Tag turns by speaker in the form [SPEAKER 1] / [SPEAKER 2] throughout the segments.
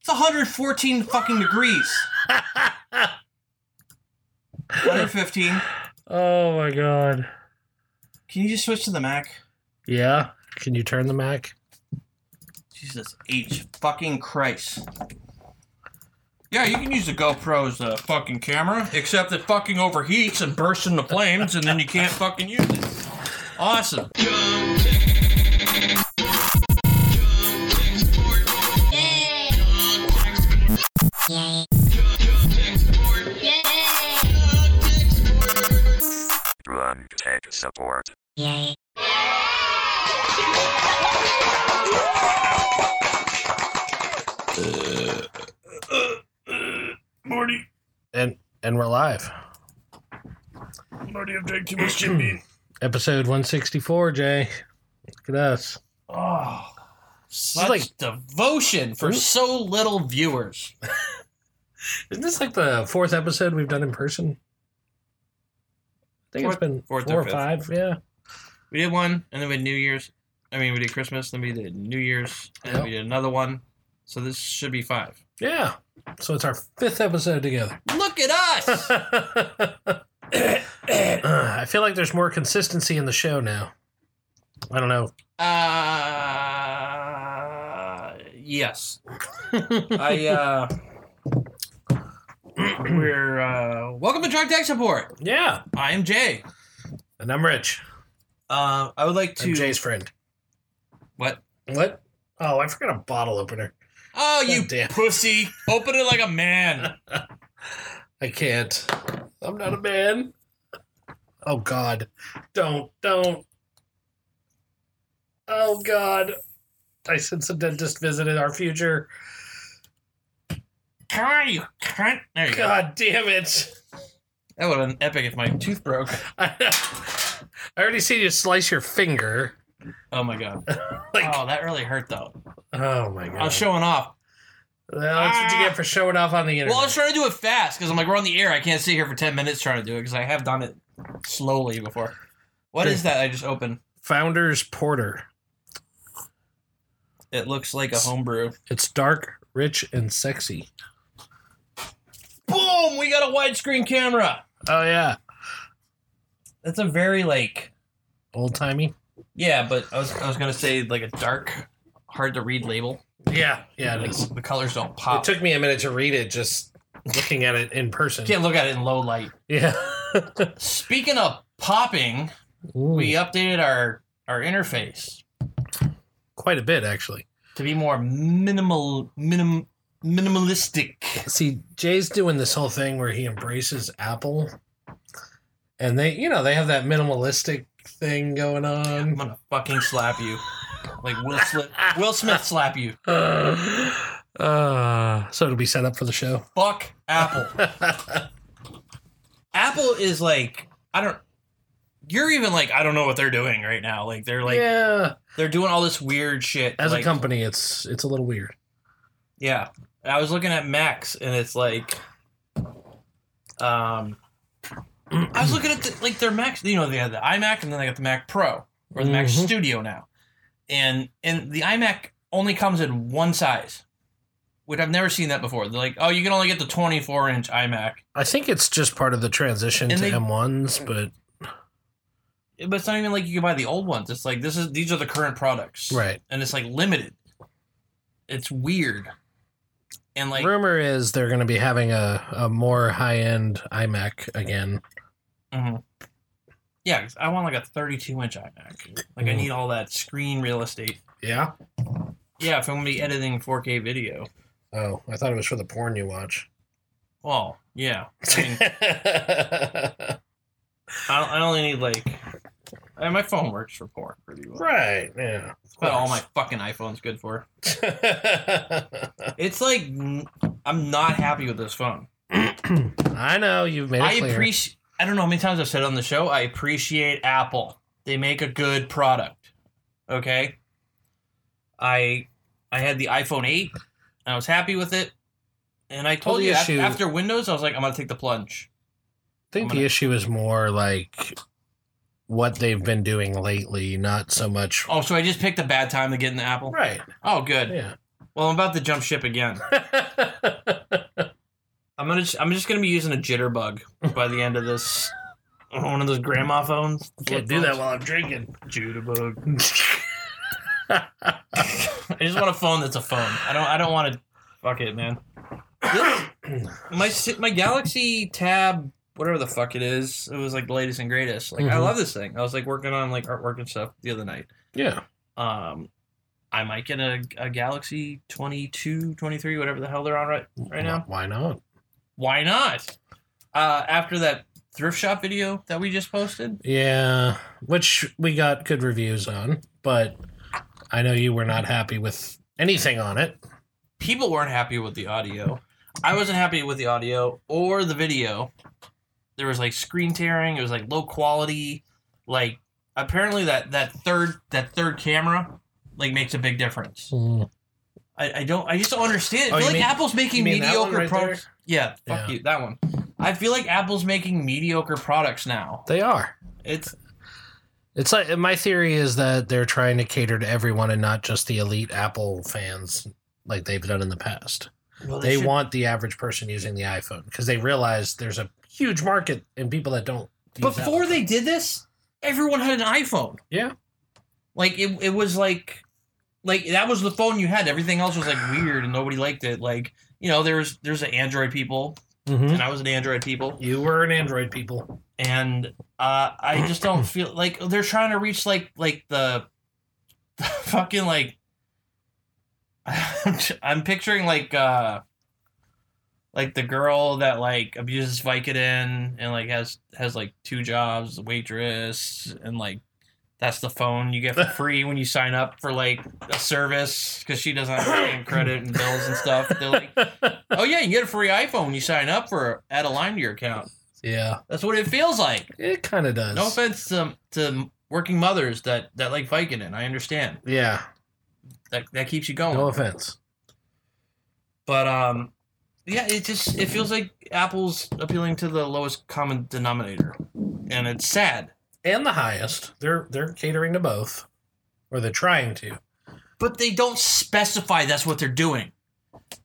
[SPEAKER 1] It's 114 fucking degrees. 115.
[SPEAKER 2] Oh my god.
[SPEAKER 1] Can you just switch to the Mac?
[SPEAKER 2] Yeah. Can you turn the Mac?
[SPEAKER 1] Jesus H fucking Christ. Yeah, you can use the GoPro as a fucking camera, except it fucking overheats and bursts into flames, and then you can't fucking use it. Awesome.
[SPEAKER 3] Run tech support.
[SPEAKER 1] Morty,
[SPEAKER 2] And and we're live.
[SPEAKER 1] Morty, I've drank too much Jim Beam.
[SPEAKER 2] Episode 164, Jay. Look at us.
[SPEAKER 1] Oh,
[SPEAKER 2] is
[SPEAKER 1] such
[SPEAKER 2] like-
[SPEAKER 1] devotion for so little viewers.
[SPEAKER 2] Isn't this like the fourth episode we've done in person? I think
[SPEAKER 1] Fourth-
[SPEAKER 2] it's been
[SPEAKER 1] fourth
[SPEAKER 2] four
[SPEAKER 1] or
[SPEAKER 2] or
[SPEAKER 1] fifth.
[SPEAKER 2] five, yeah.
[SPEAKER 1] We did one, and then we did New Year's. I mean, we did Christmas, then we did New Year's, and then we did another one. So this should be five.
[SPEAKER 2] Yeah. So it's our fifth episode together.
[SPEAKER 1] Look at us!
[SPEAKER 2] I feel like there's more consistency in the show now. I don't know.
[SPEAKER 1] uh, yes. I, uh, we're, uh, welcome to Drug Tech Support.
[SPEAKER 2] Yeah.
[SPEAKER 1] I'm Jay.
[SPEAKER 2] And I'm Rich.
[SPEAKER 1] Uh, I would like
[SPEAKER 2] I'm
[SPEAKER 1] to.
[SPEAKER 2] Jay's friend.
[SPEAKER 1] What?
[SPEAKER 2] What? Oh, I forgot a bottle opener.
[SPEAKER 1] Oh, you
[SPEAKER 2] God damn.
[SPEAKER 1] pussy. Open it like a man.
[SPEAKER 2] I can't. I'm not a man. Oh God! Don't don't. Oh God! I sense a dentist visited our future.
[SPEAKER 1] Come on, you cunt. There you go.
[SPEAKER 2] God damn it!
[SPEAKER 1] That would have been epic if my tooth broke.
[SPEAKER 2] I, already see you slice your finger.
[SPEAKER 1] Oh, my God.
[SPEAKER 2] Like, oh,
[SPEAKER 1] oh, that really hurt, though.
[SPEAKER 2] my God!
[SPEAKER 1] I was showing off.
[SPEAKER 2] well, that's what you get for showing off on the internet.
[SPEAKER 1] Well, I was trying to do it fast because I'm like, we're on the air. I can't sit here for 10 minutes trying to do it because I have done it slowly before. What
[SPEAKER 2] Sure.
[SPEAKER 1] is that I just opened?
[SPEAKER 2] Founder's Porter.
[SPEAKER 1] It looks like a homebrew.
[SPEAKER 2] It's dark, rich, and sexy.
[SPEAKER 1] Boom! We got a widescreen camera.
[SPEAKER 2] Oh yeah,
[SPEAKER 1] That's a very, like,
[SPEAKER 2] old timey.
[SPEAKER 1] yeah, but I was, I was going to say, like, a dark, hard to read label.
[SPEAKER 2] Yeah, yeah, it is.
[SPEAKER 1] The colors don't pop.
[SPEAKER 2] It took me a minute to read it, just looking at it in person.
[SPEAKER 1] can't look at it in low light.
[SPEAKER 2] Yeah.
[SPEAKER 1] Speaking of popping, we
[SPEAKER 2] uh,
[SPEAKER 1] updated our, our interface
[SPEAKER 2] quite a bit actually.
[SPEAKER 1] to be more minimal, minim, minimalistic.
[SPEAKER 2] See, Jay's doing this whole thing where he embraces Apple, and they, you know, they have that minimalistic thing going
[SPEAKER 1] I'm
[SPEAKER 2] on.
[SPEAKER 1] gonna fucking slap you. Like Will Smith, Will Smith slap you.
[SPEAKER 2] Uh, uh, so it'll be set up for the show.
[SPEAKER 1] Fuck Apple. Apple is like I don't. You're even like I don't know what they're doing right now. Like they're like
[SPEAKER 2] yeah,
[SPEAKER 1] they're doing all this weird shit.
[SPEAKER 2] as
[SPEAKER 1] like-
[SPEAKER 2] a company, it's it's a little weird.
[SPEAKER 1] yeah. I was looking at Max and it's like, um, I was looking at the, like their Macs. You know, they had the iMac and then they got the Mac Pro or the Mac
[SPEAKER 2] Mhm.
[SPEAKER 1] Studio now, and and the iMac only comes in one size, which I've never seen that before. They're like, oh, you can only get the 24 inch iMac,
[SPEAKER 2] I think it's just part of the transition
[SPEAKER 1] And
[SPEAKER 2] to
[SPEAKER 1] they-
[SPEAKER 2] M1s, but
[SPEAKER 1] but it's not even like you can buy the old ones. It's like this is these are the current products,
[SPEAKER 2] right.
[SPEAKER 1] And it's like limited. It's weird, and like
[SPEAKER 2] Rumor is they're going to be having a, a more high end iMac again.
[SPEAKER 1] Mhm. yeah, 'cause I want like a 32 inch iMac. Like I
[SPEAKER 2] Mhm.
[SPEAKER 1] need all that screen real estate.
[SPEAKER 2] Yeah.
[SPEAKER 1] Yeah, if I'm gonna be editing 4K video.
[SPEAKER 2] Oh, I thought it was for the porn you watch.
[SPEAKER 1] Well, yeah. I mean, I, I only need like I mean, my phone works for porn pretty well.
[SPEAKER 2] right. Yeah.
[SPEAKER 1] That's what all my fucking iPhone's good for. It's like n- I'm not happy with this phone.
[SPEAKER 2] I know you've made it
[SPEAKER 1] I
[SPEAKER 2] clear.
[SPEAKER 1] appreciate. I don't know how many times I've said it on the show. I appreciate Apple. They make a good product. Okay. I I had the iPhone eight. And I was happy with it, and I told
[SPEAKER 2] Well, the
[SPEAKER 1] you af-
[SPEAKER 2] issue-
[SPEAKER 1] after Windows, I was like, I'm gonna take the
[SPEAKER 2] I
[SPEAKER 1] plunge.
[SPEAKER 2] think
[SPEAKER 1] I'm
[SPEAKER 2] the
[SPEAKER 1] gonna-
[SPEAKER 2] issue is more like what they've been doing lately, not so much.
[SPEAKER 1] Oh, so I just picked a bad time to get into Apple.
[SPEAKER 2] Right.
[SPEAKER 1] Oh, good.
[SPEAKER 2] Yeah.
[SPEAKER 1] Well, I'm about to jump ship again. I'm gonna. Just, I'm just gonna be using a jitterbug by the end of this. One of those grandma phones.
[SPEAKER 2] Can't do that while I'm drinking.
[SPEAKER 1] Jitterbug. I just want a phone that's a phone. I don't. I don't want to. Fuck it, man. my si- my Galaxy Tab, whatever the fuck it is, it was like the latest and greatest. Like I
[SPEAKER 2] Mhm.
[SPEAKER 1] love this thing. I was like working on like artwork and stuff the other night.
[SPEAKER 2] yeah.
[SPEAKER 1] Um, I might get a, a Galaxy 22, 23, whatever the hell they're on right right now.
[SPEAKER 2] Why not?
[SPEAKER 1] Why not? Uh, after that thrift shop video that we just posted,
[SPEAKER 2] Yeah. Which we got good reviews on, but I know you were not happy with anything on it.
[SPEAKER 1] people weren't happy with the audio. I wasn't happy with the audio or the video. There was like screen tearing. It was like low quality. Like apparently that that third that third camera like makes a big difference. I, I don't. I just don't understand. I
[SPEAKER 2] Oh,
[SPEAKER 1] feel
[SPEAKER 2] you
[SPEAKER 1] like
[SPEAKER 2] mean-
[SPEAKER 1] Apple's making
[SPEAKER 2] you mean that
[SPEAKER 1] mediocre
[SPEAKER 2] one right
[SPEAKER 1] products. Yeah,
[SPEAKER 2] Yeah.
[SPEAKER 1] fuck you. That one. I feel like Apple's making mediocre products now.
[SPEAKER 2] They are.
[SPEAKER 1] It's
[SPEAKER 2] It's like my theory is that they're trying to cater to everyone and not just the elite Apple fans like they've done in the past.
[SPEAKER 1] well,
[SPEAKER 2] They
[SPEAKER 1] should-
[SPEAKER 2] want the average person using the iPhone because they realize there's a huge market in people that don't. use
[SPEAKER 1] Before
[SPEAKER 2] Apple.
[SPEAKER 1] they did this, everyone had an iPhone.
[SPEAKER 2] Yeah.
[SPEAKER 1] Like it, it was like like that was the phone you had. Everything else was like weird and nobody liked it. Like, you know, there's there's an Android people
[SPEAKER 2] Mhm.
[SPEAKER 1] and I was an Android people.
[SPEAKER 2] you were an Android people.
[SPEAKER 1] And uh I just don't feel like they're trying to reach like like the, the fucking like I'm picturing like uh like the girl that like abuses Vicodin and like has has like two jobs, waitress, and like that's the phone you get for free when you sign up for like a service because she doesn't have any credit and bills and stuff. They're like, oh yeah, you get a free iPhone when you sign up for add a line to your account.
[SPEAKER 2] Yeah,
[SPEAKER 1] That's what it feels like.
[SPEAKER 2] it kind of does.
[SPEAKER 1] No offense to to working mothers that that like Vicodin. I understand
[SPEAKER 2] Yeah,
[SPEAKER 1] that that keeps you going.
[SPEAKER 2] no offense.
[SPEAKER 1] But um, yeah, it just it feels like Apple's appealing to the lowest common denominator, and it's sad.
[SPEAKER 2] And the highest, they're they're catering to both, or they're trying to.
[SPEAKER 1] But they don't specify that's what they're doing.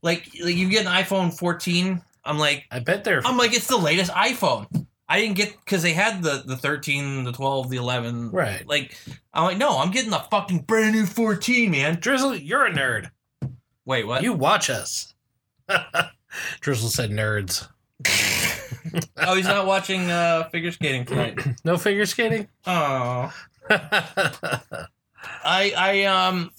[SPEAKER 1] Like, like you get an iPhone 14, I'm like,
[SPEAKER 2] I bet they're.
[SPEAKER 1] I'm like, it's the latest iPhone. I didn't get because they had the the 13, the 12, the 11.
[SPEAKER 2] right,
[SPEAKER 1] Like, I'm like, no, I'm getting the fucking brand new 14, man.
[SPEAKER 2] Drizzle, you're a nerd.
[SPEAKER 1] Wait, what?
[SPEAKER 2] You watch us. Drizzle said nerds.
[SPEAKER 1] oh, he's not watching uh, figure skating tonight.
[SPEAKER 2] No figure skating.
[SPEAKER 1] oh. I I um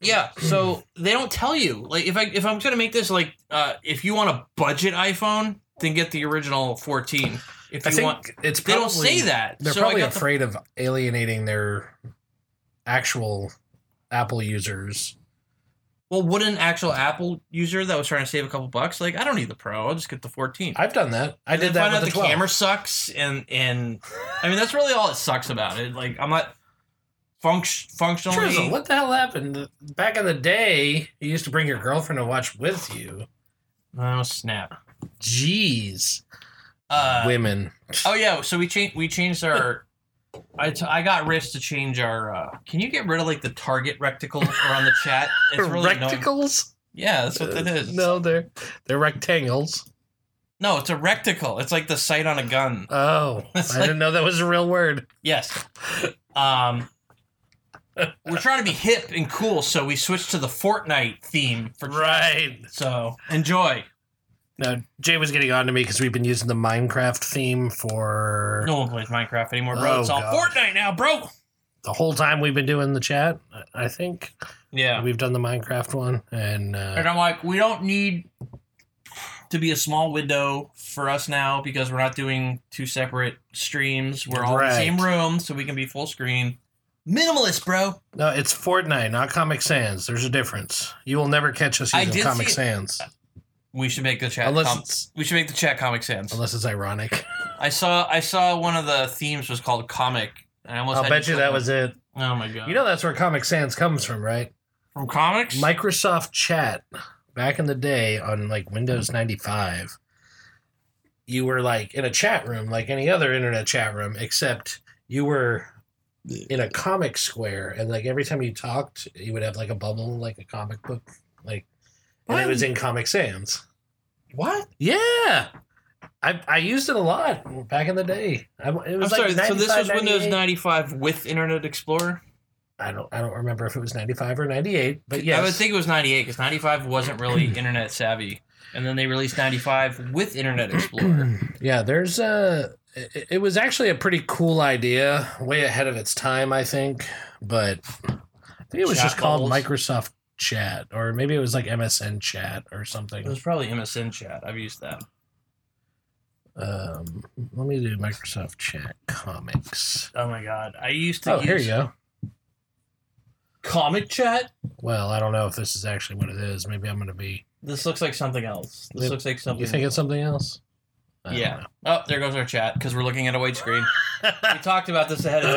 [SPEAKER 1] yeah, so they don't tell you. Like if I if I'm gonna make this like uh if you want a budget iPhone, then get the original fourteen. If
[SPEAKER 2] I
[SPEAKER 1] you
[SPEAKER 2] think
[SPEAKER 1] want
[SPEAKER 2] it's
[SPEAKER 1] they
[SPEAKER 2] probably,
[SPEAKER 1] don't say that.
[SPEAKER 2] They're
[SPEAKER 1] so I
[SPEAKER 2] probably
[SPEAKER 1] got the-
[SPEAKER 2] afraid of alienating their actual Apple users.
[SPEAKER 1] well, would an actual Apple user that was trying to save a couple bucks, like I don't need the Pro, I'll just get the fourteen.
[SPEAKER 2] I've done that. I
[SPEAKER 1] And
[SPEAKER 2] did
[SPEAKER 1] then
[SPEAKER 2] that
[SPEAKER 1] find
[SPEAKER 2] with
[SPEAKER 1] out
[SPEAKER 2] the,
[SPEAKER 1] the
[SPEAKER 2] 12.
[SPEAKER 1] camera sucks and and I mean that's really all it sucks about it. Like I'm not funct- functionally
[SPEAKER 2] Drizzle, what the hell happened? Back in the day, you used to bring your girlfriend to watch with you.
[SPEAKER 1] Oh snap.
[SPEAKER 2] Jeez,
[SPEAKER 1] Uh
[SPEAKER 2] women.
[SPEAKER 1] Oh yeah, so we changed we changed our. I, t- I got Rich to change our. Uh, can you get rid of like the target recticle around the chat? It's really annoying.
[SPEAKER 2] rectangles?
[SPEAKER 1] Yeah, that's what that is.
[SPEAKER 2] No, they're they're rectangles.
[SPEAKER 1] no, it's a recticle. It's like the sight on a gun.
[SPEAKER 2] Oh, I
[SPEAKER 1] It's
[SPEAKER 2] didn't know that was a real word.
[SPEAKER 1] Yes. Um, we're trying to be hip and cool, so we switched to the Fortnite theme for.
[SPEAKER 2] Right.
[SPEAKER 1] So enjoy.
[SPEAKER 2] No, Jay was getting on to me because we've been using the Minecraft theme for
[SPEAKER 1] No one plays Minecraft anymore, bro.
[SPEAKER 2] Oh,
[SPEAKER 1] it's all
[SPEAKER 2] God.
[SPEAKER 1] Fortnite now, bro.
[SPEAKER 2] the whole time we've been doing the chat. I- I think
[SPEAKER 1] Yeah.
[SPEAKER 2] we've done the Minecraft one, and uh,
[SPEAKER 1] And I'm like, we don't need to be a small window for us now because we're not doing two separate streams. We're all in the
[SPEAKER 2] Right.
[SPEAKER 1] same room, so we can be full screen. Minimalist, bro.
[SPEAKER 2] no, it's Fortnite, not Comic Sans. There's a difference. You will never catch us
[SPEAKER 1] I
[SPEAKER 2] using
[SPEAKER 1] did
[SPEAKER 2] Comic
[SPEAKER 1] see-
[SPEAKER 2] Sans
[SPEAKER 1] We should make the chat.
[SPEAKER 2] unless
[SPEAKER 1] com-
[SPEAKER 2] it's
[SPEAKER 1] we should make the chat Comic Sans.
[SPEAKER 2] unless it's ironic.
[SPEAKER 1] I saw I saw one of the themes was called comic. And I almost
[SPEAKER 2] I'll
[SPEAKER 1] had
[SPEAKER 2] bet you
[SPEAKER 1] click
[SPEAKER 2] that
[SPEAKER 1] on-
[SPEAKER 2] was it.
[SPEAKER 1] Oh my god!
[SPEAKER 2] You know that's where Comic Sans comes from, right?
[SPEAKER 1] from comics.
[SPEAKER 2] Microsoft Chat back in the day on like Windows 95. You were like in a chat room like any other internet chat room except you were in a comic square and like every time you talked you would have like a bubble like a comic book Like, and it was in Comic Sans.
[SPEAKER 1] What?
[SPEAKER 2] Yeah, I I used it a lot back in the day. I, it
[SPEAKER 1] I'm
[SPEAKER 2] was like
[SPEAKER 1] sorry. So this was
[SPEAKER 2] 95,
[SPEAKER 1] Windows
[SPEAKER 2] 98.
[SPEAKER 1] 95 with Internet Explorer.
[SPEAKER 2] I don't I don't remember if it was ninety five or ninety eight, but
[SPEAKER 1] Yeah,
[SPEAKER 2] yes,
[SPEAKER 1] I would think it was 98 because 95 wasn't really internet savvy, and then they released 95 with Internet Explorer.
[SPEAKER 2] yeah, there's a. It, it was actually a pretty cool idea, way ahead of its time, I think. But I think it was
[SPEAKER 1] Chat
[SPEAKER 2] just called
[SPEAKER 1] bubbles.
[SPEAKER 2] Microsoft Chat, or maybe it was like MSN Chat or
[SPEAKER 1] it
[SPEAKER 2] something.
[SPEAKER 1] was probably MSN Chat. I've used that.
[SPEAKER 2] Um, let me do Microsoft Chat Comics.
[SPEAKER 1] Oh my god, I used to.
[SPEAKER 2] Oh,
[SPEAKER 1] use
[SPEAKER 2] here you go.
[SPEAKER 1] Comic Chat.
[SPEAKER 2] Well, I don't know if this is actually what it is. Maybe I'm going to be.
[SPEAKER 1] This looks like something else. This
[SPEAKER 2] Yep.
[SPEAKER 1] looks like something.
[SPEAKER 2] You think it's something else? I don't
[SPEAKER 1] Yeah.
[SPEAKER 2] know.
[SPEAKER 1] Oh, there goes our chat because we're looking at a white screen. we talked about this ahead of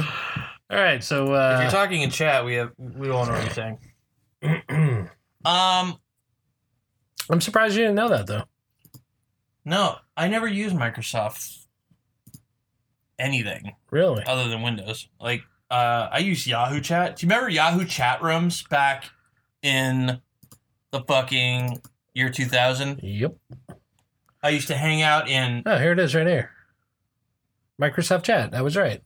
[SPEAKER 1] time.
[SPEAKER 2] Uh, all right. So,
[SPEAKER 1] if you're
[SPEAKER 2] uh,
[SPEAKER 1] talking in chat, we have we don't know what you're saying. Um,
[SPEAKER 2] I'm surprised you didn't know that though.
[SPEAKER 1] no, I never use Microsoft anything
[SPEAKER 2] Really?
[SPEAKER 1] other than Windows. Like, uh, I use Yahoo Chat. Do you remember Yahoo chat rooms back in the fucking year 2000?
[SPEAKER 2] Yep.
[SPEAKER 1] I used to hang out in.
[SPEAKER 2] Oh, here it is, right here. Microsoft Chat. I was right.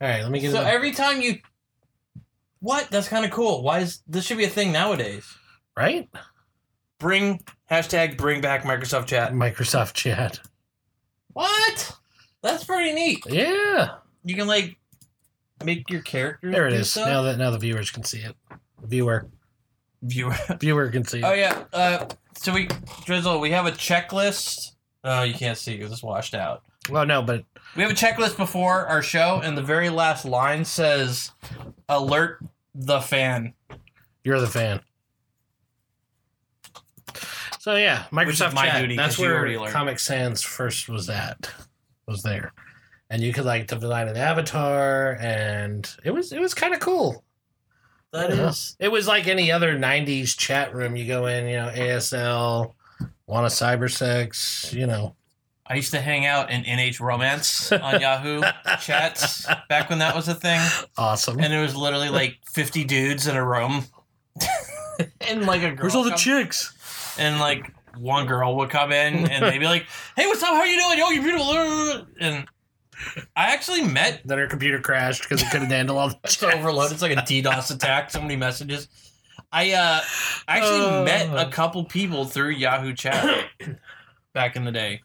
[SPEAKER 2] All right. Let me get
[SPEAKER 1] So
[SPEAKER 2] it. up.
[SPEAKER 1] every time you, what? That's kind of cool. Why is this should be a thing nowadays?
[SPEAKER 2] Right?
[SPEAKER 1] Bring hashtag bring back Microsoft Chat.
[SPEAKER 2] Microsoft Chat.
[SPEAKER 1] What? That's pretty neat.
[SPEAKER 2] Yeah.
[SPEAKER 1] You can like make your character.
[SPEAKER 2] There it
[SPEAKER 1] do
[SPEAKER 2] is.
[SPEAKER 1] stuff.
[SPEAKER 2] Now that now the viewers can see it. Viewer.
[SPEAKER 1] Viewer.
[SPEAKER 2] Viewer can see it.
[SPEAKER 1] Oh yeah. Uh, so we drizzle. We have a checklist. Oh, you can't see because it's washed out.
[SPEAKER 2] Well, no, but
[SPEAKER 1] We have a checklist before our show, and the very last line says, "Alert the fan."
[SPEAKER 2] you're the fan. So yeah,
[SPEAKER 1] is
[SPEAKER 2] Microsoft
[SPEAKER 1] my
[SPEAKER 2] Chat.
[SPEAKER 1] duty,
[SPEAKER 2] that's
[SPEAKER 1] 'cause you
[SPEAKER 2] where
[SPEAKER 1] already learned.
[SPEAKER 2] Comic Sans first was at. Was there. And you could like design an avatar and it was it was kinda cool.
[SPEAKER 1] That
[SPEAKER 2] Yeah.
[SPEAKER 1] is.
[SPEAKER 2] It was like any other '90s chat room. You go in, you know, ASL, want a cyber sex, you know.
[SPEAKER 1] I used to hang out in NH Romance on Yahoo chats back when that was a thing,
[SPEAKER 2] Awesome.
[SPEAKER 1] and it was literally like fifty dudes in a room, and like a girl. come-
[SPEAKER 2] chicks?
[SPEAKER 1] and like one girl would come in and they'd be like, "Hey, what's up? How you doing? Yo, you're beautiful." And I actually met
[SPEAKER 2] Then her computer crashed because it couldn't handle all the
[SPEAKER 1] it's overloaded. It's like a DDoS attack. So many messages. I uh, actually
[SPEAKER 2] Oh.
[SPEAKER 1] met a couple people through Yahoo Chat back in the day.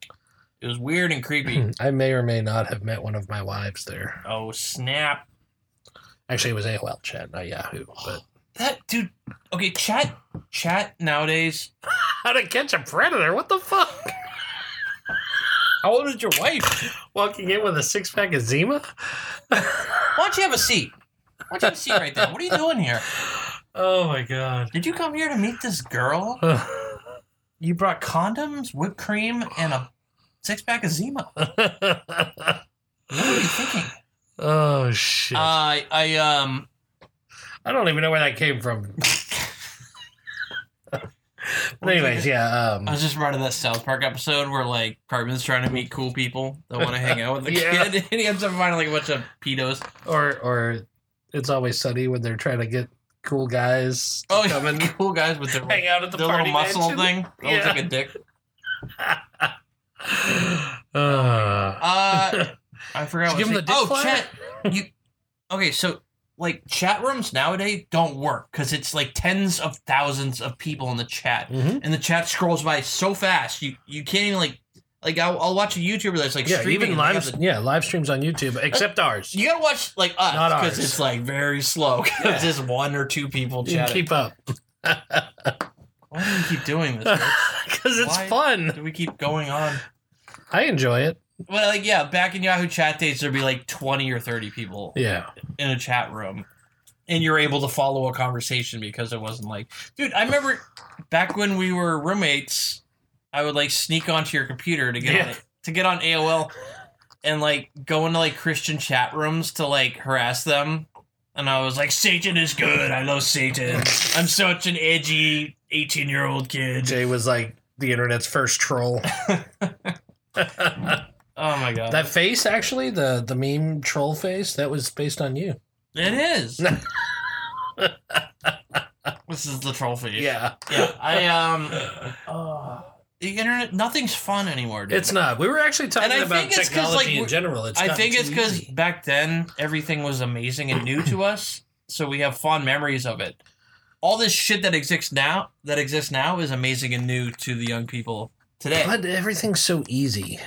[SPEAKER 1] It was weird and creepy.
[SPEAKER 2] I may or may not have met one of my wives there.
[SPEAKER 1] oh snap!
[SPEAKER 2] Actually, it was AOL chat, not Yahoo. But
[SPEAKER 1] That dude. Okay, chat chat nowadays.
[SPEAKER 2] how to catch a predator? What the fuck?
[SPEAKER 1] How old is your wife?
[SPEAKER 2] Walking in with a six pack of Zima?
[SPEAKER 1] Why don't you have a seat? Why don't you have a seat right there? What are you doing here?
[SPEAKER 2] Oh my god.
[SPEAKER 1] Did you come here to meet this girl? You brought condoms, whipped cream, and a six pack of Zima. What were you thinking?
[SPEAKER 2] oh shit.
[SPEAKER 1] I I um
[SPEAKER 2] I don't even know where that came from. but anyways, yeah. Um,
[SPEAKER 1] I was just running that South Park episode where like Cartman's trying to meet cool people that want to hang out with the
[SPEAKER 2] Yeah.
[SPEAKER 1] kid, and he ends up finding like a bunch of pedos.
[SPEAKER 2] or or it's always sunny when they're trying to get cool guys to
[SPEAKER 1] Oh,
[SPEAKER 2] come and
[SPEAKER 1] cool guys with their,
[SPEAKER 2] hang out at the
[SPEAKER 1] their
[SPEAKER 2] party
[SPEAKER 1] little muscle
[SPEAKER 2] mansion.
[SPEAKER 1] thing. That looks
[SPEAKER 2] Yeah.
[SPEAKER 1] like a dick.
[SPEAKER 2] Uh,
[SPEAKER 1] Uh, I forgot.
[SPEAKER 2] Did you
[SPEAKER 1] what
[SPEAKER 2] give him the
[SPEAKER 1] I was
[SPEAKER 2] dick flyer?
[SPEAKER 1] saying. Oh, chat. You okay? So like chat rooms nowadays don't work because it's like tens of thousands of people in the chat.
[SPEAKER 2] mhm.
[SPEAKER 1] and the chat scrolls by so fast you you can't even like like I'll, I'll watch a YouTuber that's like
[SPEAKER 2] Yeah,
[SPEAKER 1] streaming
[SPEAKER 2] even
[SPEAKER 1] and they have
[SPEAKER 2] live
[SPEAKER 1] the- Uh,
[SPEAKER 2] yeah live streams on YouTube except ours.
[SPEAKER 1] you gotta watch like us
[SPEAKER 2] Not
[SPEAKER 1] because
[SPEAKER 2] ours.
[SPEAKER 1] it's like very slow
[SPEAKER 2] Yeah.
[SPEAKER 1] because it's one or two people
[SPEAKER 2] You can
[SPEAKER 1] chatting.
[SPEAKER 2] keep up
[SPEAKER 1] Why do we keep doing this? Rich?
[SPEAKER 2] because it's
[SPEAKER 1] Why-
[SPEAKER 2] fun.
[SPEAKER 1] do we keep going on?
[SPEAKER 2] I enjoy it.
[SPEAKER 1] Well, like yeah, back in Yahoo chat days, there'd be like twenty or thirty people
[SPEAKER 2] Yeah,
[SPEAKER 1] in a chat room, and you're able to follow a conversation because it wasn't like, dude, I remember back when we were roommates, I would like sneak onto your computer to get on
[SPEAKER 2] Yeah.
[SPEAKER 1] it, to get on AOL, and like go into like Christian chat rooms to like harass them, and I was like, Satan is good, I love Satan, I'm such an edgy eighteen year old kid.
[SPEAKER 2] Jay was like the internet's first troll.
[SPEAKER 1] Oh my god,
[SPEAKER 2] that face actually the the meme troll face that was based on you.
[SPEAKER 1] it is.
[SPEAKER 4] This is the trophy.
[SPEAKER 2] Yeah.
[SPEAKER 1] Yeah, I um, uh, the internet, nothing's fun anymore. Dude.
[SPEAKER 2] It's not. We were actually talking
[SPEAKER 1] And I
[SPEAKER 2] about
[SPEAKER 1] think it's 'cause, like,
[SPEAKER 2] technology in
[SPEAKER 1] we're-
[SPEAKER 2] general. It's
[SPEAKER 1] I
[SPEAKER 2] gotten
[SPEAKER 1] think
[SPEAKER 2] too
[SPEAKER 1] it's because
[SPEAKER 2] easy.
[SPEAKER 1] back then everything was amazing and new to us, so we have fond memories of it. All this shit that exists now, that exists now, is amazing and new to the young people today.
[SPEAKER 2] But everything's so easy.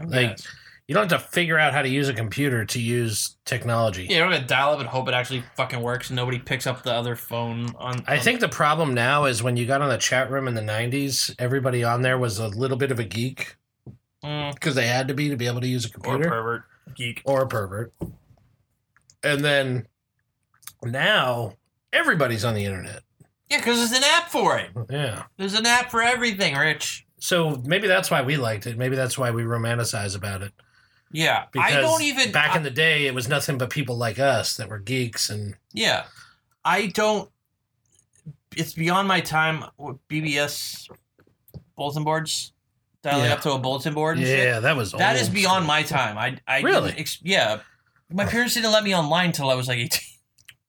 [SPEAKER 1] I
[SPEAKER 2] Like
[SPEAKER 1] guess.
[SPEAKER 2] you don't have to figure out how to use a computer to use technology.
[SPEAKER 1] yeah, we're gonna dial up and hope it actually fucking works. and Nobody picks up the other phone on.
[SPEAKER 2] I
[SPEAKER 1] on-
[SPEAKER 2] think the problem now is when you got on the chat room in the 90s, everybody on there was a little bit of a geek
[SPEAKER 1] Mm,
[SPEAKER 2] because they had to be to be able to use a
[SPEAKER 4] Or
[SPEAKER 2] computer
[SPEAKER 4] pervert geek.
[SPEAKER 2] or a pervert. And then now everybody's on the internet.
[SPEAKER 1] yeah, because there's an app for it.
[SPEAKER 2] Yeah.
[SPEAKER 1] There's an app for everything, Rich.
[SPEAKER 2] So maybe that's why we liked it. Maybe that's why we romanticize about it.
[SPEAKER 1] Yeah,
[SPEAKER 2] Because
[SPEAKER 1] I don't even
[SPEAKER 2] back in the day, it was nothing but people like us that were geeks and
[SPEAKER 1] Yeah. I don't. It's beyond my time with BBS bulletin boards, dialing
[SPEAKER 2] Yeah.
[SPEAKER 1] up to a bulletin board and shit.
[SPEAKER 2] yeah, that was
[SPEAKER 1] That
[SPEAKER 2] old
[SPEAKER 1] is beyond my time. I, I didn't
[SPEAKER 2] Really?
[SPEAKER 1] ex- yeah. My parents didn't let me online till I was like 18.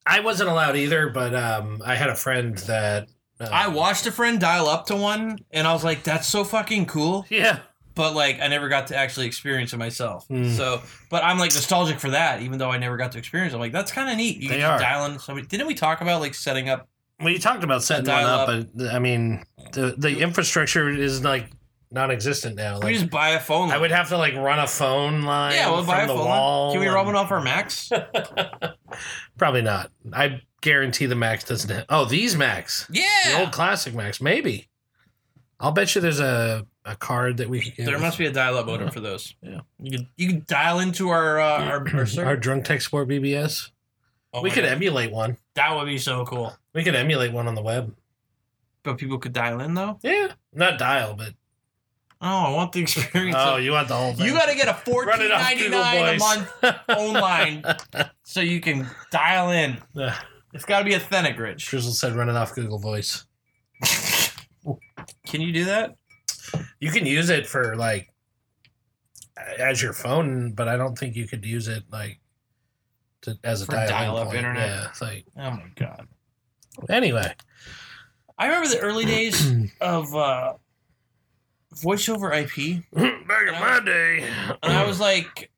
[SPEAKER 2] I wasn't allowed either, but um, I had a friend that uh,
[SPEAKER 1] I watched a friend dial up to one and I was like, that's so fucking cool.
[SPEAKER 2] Yeah,
[SPEAKER 1] But like, I never got to actually experience it myself.
[SPEAKER 2] Mm.
[SPEAKER 1] So, but I'm like nostalgic for that, even though I never got to experience it. I'm like, that's kind of neat. You
[SPEAKER 2] They
[SPEAKER 1] can
[SPEAKER 2] are.
[SPEAKER 1] just dial in somebody. Didn't we talk about like setting up?
[SPEAKER 2] well, you talked about setting one up, but I mean, the the infrastructure is like non-existent now.
[SPEAKER 1] we
[SPEAKER 2] Like,
[SPEAKER 1] just buy a phone.
[SPEAKER 2] I would have to like run a phone line.
[SPEAKER 1] Yeah, we'll
[SPEAKER 2] from
[SPEAKER 1] buy a
[SPEAKER 2] the
[SPEAKER 1] phone.
[SPEAKER 2] wall.
[SPEAKER 1] line. Can we
[SPEAKER 2] and-
[SPEAKER 1] rob it off our Macs?
[SPEAKER 2] Probably not. I guarantee the Max doesn't. Have, oh, these Macs, the
[SPEAKER 1] yeah.
[SPEAKER 2] old classic Macs, maybe. I'll bet you there's a, a card that we could get.
[SPEAKER 1] There must be a dial-up modem for those.
[SPEAKER 2] Yeah.
[SPEAKER 1] You could you could dial into our uh, our, our
[SPEAKER 2] our
[SPEAKER 1] server.
[SPEAKER 2] drunk tech sport BBS.
[SPEAKER 1] Oh
[SPEAKER 2] we
[SPEAKER 1] my
[SPEAKER 2] could e-
[SPEAKER 1] God.
[SPEAKER 2] emulate one.
[SPEAKER 1] That would be so cool.
[SPEAKER 2] We could emulate one on the web.
[SPEAKER 1] But people could dial in though.
[SPEAKER 2] Yeah, not dial, but
[SPEAKER 1] Oh, I want the experience.
[SPEAKER 2] oh,
[SPEAKER 1] of-
[SPEAKER 2] you want the whole thing.
[SPEAKER 1] you got to get a
[SPEAKER 2] Run
[SPEAKER 1] fourteen
[SPEAKER 2] it off
[SPEAKER 1] ninety
[SPEAKER 2] Google
[SPEAKER 1] nine a
[SPEAKER 2] Voice.
[SPEAKER 1] month phone line so you can dial in.
[SPEAKER 2] Ugh.
[SPEAKER 1] It's got to be authentic, Rich.
[SPEAKER 2] Drizzle said, "Run it off Google Voice."
[SPEAKER 1] Can you do that?
[SPEAKER 2] You can use it for like a- as your phone, but I don't think you could use it like to, as a
[SPEAKER 1] For
[SPEAKER 2] dial-in
[SPEAKER 1] dial-up
[SPEAKER 2] point.
[SPEAKER 1] internet?
[SPEAKER 2] Yeah, it's like
[SPEAKER 1] Oh my god.
[SPEAKER 2] anyway.
[SPEAKER 1] I remember the early days of uh, voice over IP.
[SPEAKER 2] Back
[SPEAKER 1] in my
[SPEAKER 2] day,
[SPEAKER 1] and I was like,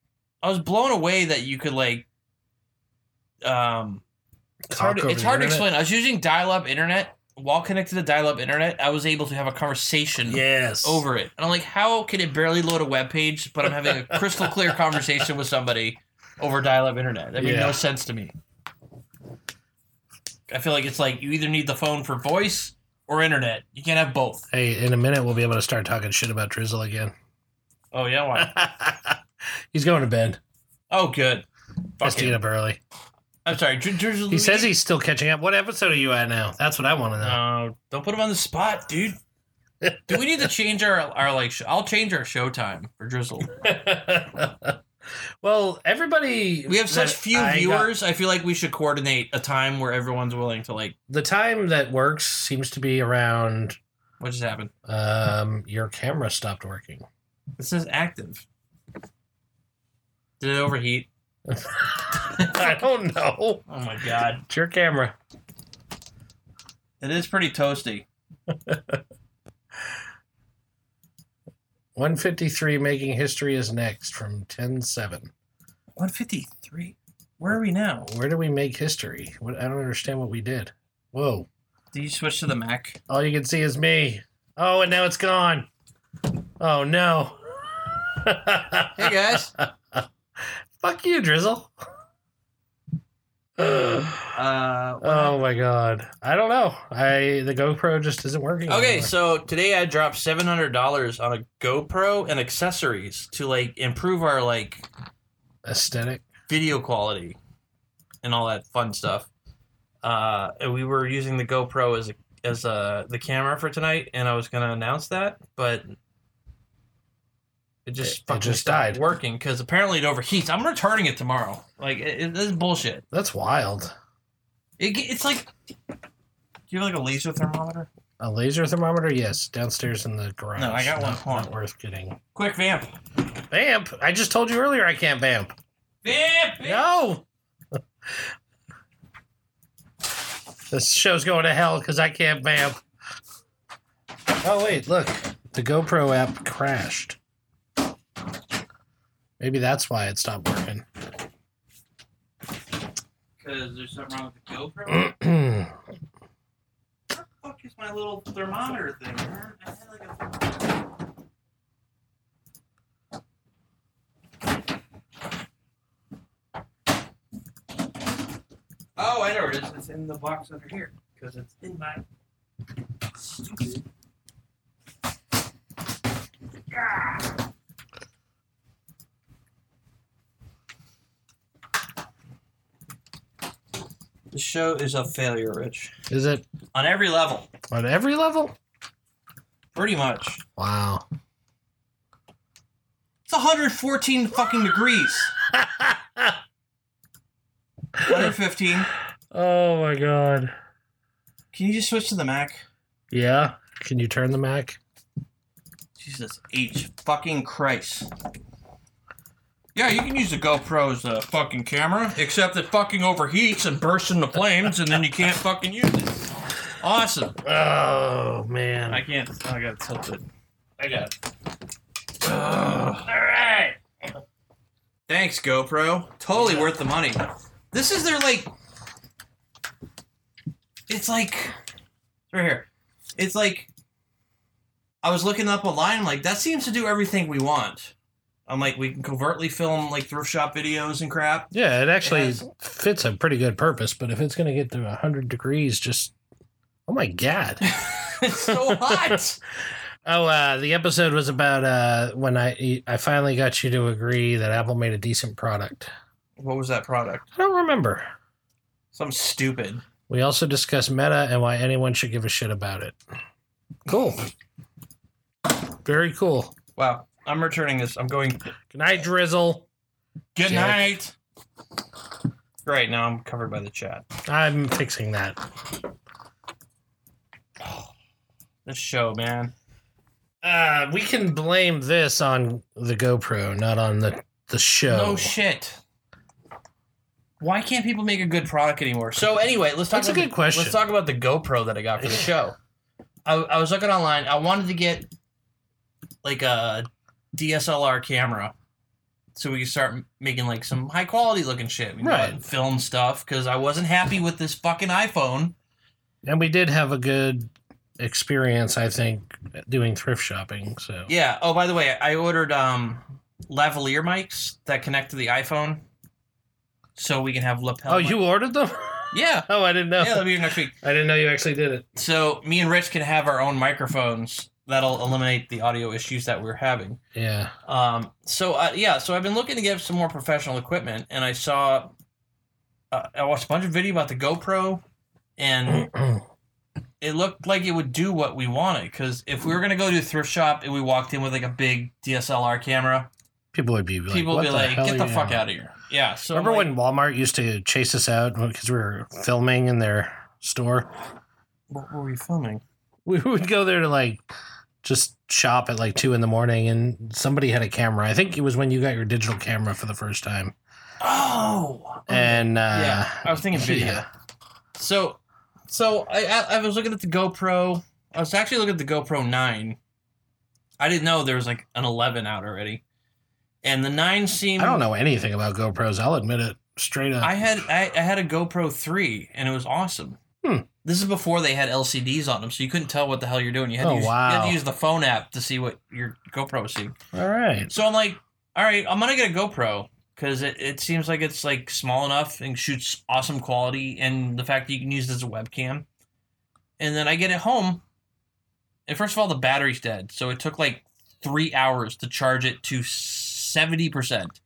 [SPEAKER 1] I was blown away that you could like, um, it's hard. To, it's hard to explain. I was using dial-up internet while connected to dial-up internet. I was able to have a conversation
[SPEAKER 2] Yes,
[SPEAKER 1] over it, and I'm like, how can it barely load a web page, but I'm having a crystal clear conversation with somebody over dial-up internet? That made
[SPEAKER 2] Yeah.
[SPEAKER 1] no sense to me. I feel like it's like you either need the phone for voice or internet. You can't have both.
[SPEAKER 2] Hey, in a minute we'll be able to start talking shit about Drizzle again.
[SPEAKER 1] Oh yeah, why?
[SPEAKER 2] He's going to bed.
[SPEAKER 1] Oh good.
[SPEAKER 2] Has to
[SPEAKER 1] Fucking-
[SPEAKER 2] get up early.
[SPEAKER 1] I'm sorry. Dr- dr-
[SPEAKER 2] He says he's still catching up. What episode are you at now? That's what I want to know.
[SPEAKER 1] No, Uh, don't put him on the spot, dude. Do we need to change our our like? Sh- I'll change our show time for Drizzle.
[SPEAKER 2] well, everybody.
[SPEAKER 1] We have such
[SPEAKER 2] that
[SPEAKER 1] few
[SPEAKER 2] I got-
[SPEAKER 1] viewers. I feel like we should coordinate a time where everyone's willing to like.
[SPEAKER 2] the time that works seems to be around
[SPEAKER 1] What just happened?
[SPEAKER 2] um, your camera stopped working.
[SPEAKER 1] It says active. Did it overheat?
[SPEAKER 2] I don't know.
[SPEAKER 1] Oh my god,
[SPEAKER 2] It's your camera.
[SPEAKER 1] it is pretty toasty.
[SPEAKER 2] 153 Making History is next from 10 7.
[SPEAKER 1] One fifty three. Where are we now?
[SPEAKER 2] Where do we make history? What, I don't understand what we did. Whoa.
[SPEAKER 1] Did you switch to the Mac?
[SPEAKER 2] All you can see is me. Oh, and now it's gone. Oh, no.
[SPEAKER 1] Hey guys.
[SPEAKER 2] Fuck you, Drizzle.
[SPEAKER 1] Uh, what
[SPEAKER 2] Oh my god. I don't know. I the GoPro just isn't working.
[SPEAKER 1] Okay,
[SPEAKER 2] anymore.
[SPEAKER 1] so today I dropped seven hundred dollars on a GoPro and accessories to like improve our like
[SPEAKER 2] aesthetic.
[SPEAKER 1] video quality and all that fun stuff. Uh, and we were using the GoPro as a, as a, the camera for tonight, and I was gonna announce that, but it
[SPEAKER 2] It-
[SPEAKER 1] just
[SPEAKER 2] it
[SPEAKER 1] fucking
[SPEAKER 2] just
[SPEAKER 1] stopped
[SPEAKER 2] died.
[SPEAKER 1] working because apparently it overheats. I'm returning it tomorrow. Like it, it, this is bullshit.
[SPEAKER 2] That's wild.
[SPEAKER 1] It, ge- it's like, do you have like a laser thermometer?
[SPEAKER 2] A laser thermometer? Yes, downstairs in the garage.
[SPEAKER 1] No, I got one.
[SPEAKER 2] Not,
[SPEAKER 1] Hold on.
[SPEAKER 2] not worth getting.
[SPEAKER 1] Quick vamp.
[SPEAKER 2] Vamp. I just told you earlier I can't vamp.
[SPEAKER 1] Vamp.
[SPEAKER 2] No. This show's going to hell because I can't vamp. Oh wait, look, the GoPro app crashed. Maybe that's why it stopped working.
[SPEAKER 1] Because there's something wrong with the GoPro.
[SPEAKER 2] All
[SPEAKER 1] Where the fuck is my little thermometer thing? I had like a Oh, I know where it is. It's in the box under here because it's in my stupid. Ah. The show is a failure, Rich.
[SPEAKER 2] is it
[SPEAKER 1] On every level,
[SPEAKER 2] on every level?
[SPEAKER 1] pretty much.
[SPEAKER 2] Wow.
[SPEAKER 1] It's 114 fucking degrees. 115.
[SPEAKER 2] oh my god.
[SPEAKER 1] Can you just switch to the Mac?
[SPEAKER 2] Yeah. Can you turn the Mac?
[SPEAKER 4] Jesus H fucking Christ. Yeah, you can use the GoPro as a fucking camera, except it fucking overheats and bursts into flames, and then you can't fucking use it. Awesome.
[SPEAKER 2] Oh man.
[SPEAKER 1] I can't. oh, I gotta tilt it. I got it.
[SPEAKER 4] Ugh.
[SPEAKER 1] All right. Thanks, GoPro. Totally worth the money. This is their like. It's like, it's right here. It's like. I was looking up online. I'm like, that seems to do everything we want. I'm like, we can covertly film like thrift shop videos and crap.
[SPEAKER 2] yeah, it actually
[SPEAKER 1] It has-
[SPEAKER 2] fits a pretty good purpose, but if it's gonna get to hundred degrees, just oh my god.
[SPEAKER 1] it's so hot.
[SPEAKER 2] Oh, uh, the episode was about uh, when I I finally got you to agree that Apple made a decent product.
[SPEAKER 1] what was that product?
[SPEAKER 2] I don't remember.
[SPEAKER 1] Something stupid.
[SPEAKER 2] We also discussed Meta and why anyone should give a shit about it. Cool. Very cool.
[SPEAKER 1] Wow. I'm returning this. I'm going.
[SPEAKER 2] Good night, Drizzle.
[SPEAKER 4] Good
[SPEAKER 2] Yeah.
[SPEAKER 4] night.
[SPEAKER 1] Right now, I'm covered by the chat.
[SPEAKER 2] I'm fixing that.
[SPEAKER 1] This show, man.
[SPEAKER 2] Uh, we can blame this on the GoPro, not on the the show.
[SPEAKER 1] No shit. Why can't people make a good product anymore? So anyway, let's talk.
[SPEAKER 2] That's a
[SPEAKER 1] about
[SPEAKER 2] good
[SPEAKER 1] the,
[SPEAKER 2] question.
[SPEAKER 1] Let's talk about the GoPro that I got for the show. I, I was looking online. I wanted to get like a DSLR camera, so we could start m- making like some high quality looking shit. We can go out
[SPEAKER 2] Right.
[SPEAKER 1] and Film stuff because I wasn't happy with this fucking iPhone.
[SPEAKER 2] and we did have a good experience, I think, doing thrift shopping. So
[SPEAKER 1] Yeah. Oh, by the way, I ordered um lavalier mics that connect to the iPhone, so we can have lapel.
[SPEAKER 2] oh,
[SPEAKER 1] mic-
[SPEAKER 2] you ordered them?
[SPEAKER 1] Yeah.
[SPEAKER 2] oh, I didn't know.
[SPEAKER 1] Yeah, that'll be here next week.
[SPEAKER 2] I didn't know you actually did it.
[SPEAKER 1] So me and Rich can have our own microphones. That'll eliminate the audio issues that we're having.
[SPEAKER 2] Yeah.
[SPEAKER 1] Um, so uh, yeah, so I've been looking to get some more professional equipment, and I saw, uh, I watched a bunch of video about the GoPro, and it looked like it would do what we wanted. Because if we were gonna go to a thrift shop and we walked in with like a big DSLR camera,
[SPEAKER 2] People would be like,
[SPEAKER 1] people
[SPEAKER 2] what
[SPEAKER 1] would be
[SPEAKER 2] the
[SPEAKER 1] like,
[SPEAKER 2] hell
[SPEAKER 1] "Get
[SPEAKER 2] are
[SPEAKER 1] the
[SPEAKER 2] you
[SPEAKER 1] fuck
[SPEAKER 2] doing?"
[SPEAKER 1] out of here!" Yeah. So I'm
[SPEAKER 2] Remember
[SPEAKER 1] like,
[SPEAKER 2] when Walmart used to chase us out because we were filming in their store?
[SPEAKER 1] what were we filming?
[SPEAKER 2] We would go there to like just shop at like two in the morning, and somebody had a camera. I think it was when you got your digital camera for the first time,
[SPEAKER 1] Oh.
[SPEAKER 2] and uh,
[SPEAKER 1] yeah, I was thinking video.
[SPEAKER 2] yeah.
[SPEAKER 1] So, so I, I I was looking at the GoPro. I was actually looking at the GoPro nine. I didn't know there was like an eleven out already, and the nine seemed.
[SPEAKER 2] I don't know anything about GoPros. I'll admit it straight up.
[SPEAKER 1] I had I, I had a GoPro three, and it was awesome.
[SPEAKER 2] Hmm.
[SPEAKER 1] This is before they had LCDs on them, so you couldn't tell what the hell you're doing. You had,
[SPEAKER 2] Oh,
[SPEAKER 1] to, use, you had
[SPEAKER 2] wow.
[SPEAKER 1] to use the phone app to see what your GoPro was seeing.
[SPEAKER 2] All right,
[SPEAKER 1] So I'm like, all right, I'm gonna get a GoPro because it, it seems like it's like small enough and shoots awesome quality, and the fact that you can use it as a webcam. And then I get it home, and first of all, the battery's dead, so it took like three hours to charge it to seventy percent.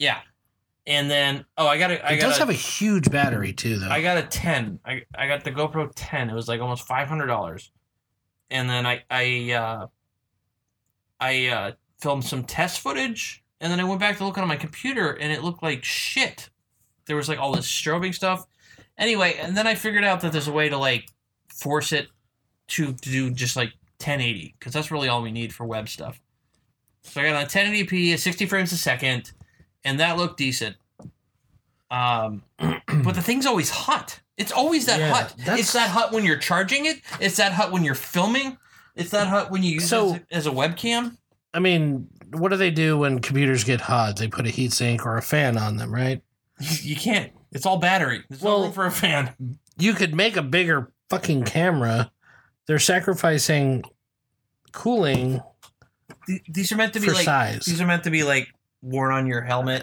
[SPEAKER 1] Yeah, and then oh, I got to I
[SPEAKER 2] it does
[SPEAKER 1] got
[SPEAKER 2] have a huge battery too, though.
[SPEAKER 1] I got a 10. I, I got the GoPro 10. It was like almost $500. And then I I uh, I uh, filmed some test footage and then I went back to look on my computer and it looked like shit. There was like all this strobing stuff. Anyway, and then I figured out that there's a way to like force it to, to do just like 1080 cuz that's really all we need for web stuff. So I got on 1080p at 60 frames a second and that looked decent. Um, but the thing's always hot. It's always that
[SPEAKER 2] Yeah,
[SPEAKER 1] hot.
[SPEAKER 2] that's-
[SPEAKER 1] It's that hot when you're charging it. It's that hot when you're filming. It's that hot when you use
[SPEAKER 2] So-
[SPEAKER 1] it as, as a webcam.
[SPEAKER 2] I mean, what do they do when computers get hot? They put a heat sink or a fan on them, right?
[SPEAKER 1] You can't. It's all battery. There's
[SPEAKER 2] Well-
[SPEAKER 1] no room for a fan.
[SPEAKER 2] You could make a bigger fucking camera. They're sacrificing cooling
[SPEAKER 1] Th- These are meant to be
[SPEAKER 2] for
[SPEAKER 1] like
[SPEAKER 2] size.
[SPEAKER 1] these are meant to be like worn on your helmet,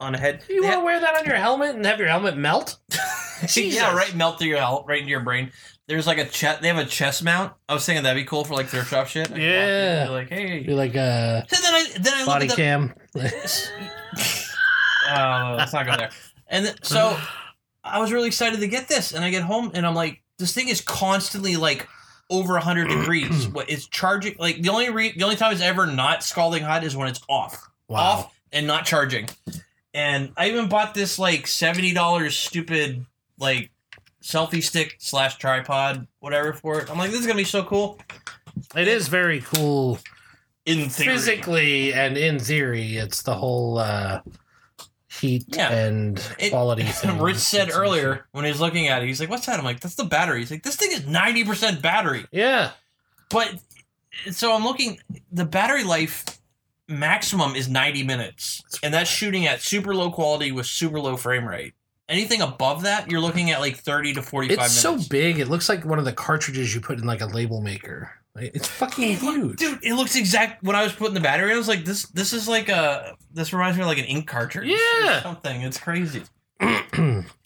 [SPEAKER 1] on a head.
[SPEAKER 2] You want
[SPEAKER 1] yeah,
[SPEAKER 2] to wear that on your helmet and have your helmet melt? Jesus.
[SPEAKER 1] yeah, right. Melt through your helmet, right into your brain. There's like a chest. They have a chest mount. I was thinking that'd be cool for like thrift shop shit. I could walk in and
[SPEAKER 2] Yeah.
[SPEAKER 1] be like hey.
[SPEAKER 2] Be like a
[SPEAKER 1] So then I then I look
[SPEAKER 2] body
[SPEAKER 1] at the
[SPEAKER 2] cam.
[SPEAKER 1] Oh, let's not go there. And th- so I was really excited to get this, and I get home and I'm like, this thing is constantly like over 100 degrees. What it's charging? Like the only re- the only time it's ever not scalding hot is when it's off,
[SPEAKER 2] wow.
[SPEAKER 1] off and not charging. And I even bought this like seventy dollars stupid like selfie stick slash tripod whatever for it. I'm like, this is gonna be so cool.
[SPEAKER 2] It is very cool
[SPEAKER 1] In theory,
[SPEAKER 2] physically and in theory. It's the whole uh, heat
[SPEAKER 1] Yeah.
[SPEAKER 2] and
[SPEAKER 1] It-
[SPEAKER 2] quality thing.
[SPEAKER 1] Rich said
[SPEAKER 2] It's-
[SPEAKER 1] earlier when he was looking at it, he's like, "What's that?" I'm like, "That's the battery." He's like, "This thing is ninety percent battery."
[SPEAKER 2] Yeah.
[SPEAKER 1] But so I'm looking. The battery life maximum is 90 minutes, and that's shooting at super low quality with super low frame rate. Anything above that, you're looking at like 30 to 45
[SPEAKER 2] It's so
[SPEAKER 1] minutes.
[SPEAKER 2] big. It looks like one of the cartridges you put in like a label maker. Like, It's fucking huge.
[SPEAKER 1] Dude, it looks exact. When I was putting the battery, in, I was like, "This, this is like a. This reminds me of like an ink cartridge, or
[SPEAKER 2] Yeah.
[SPEAKER 1] something. It's crazy."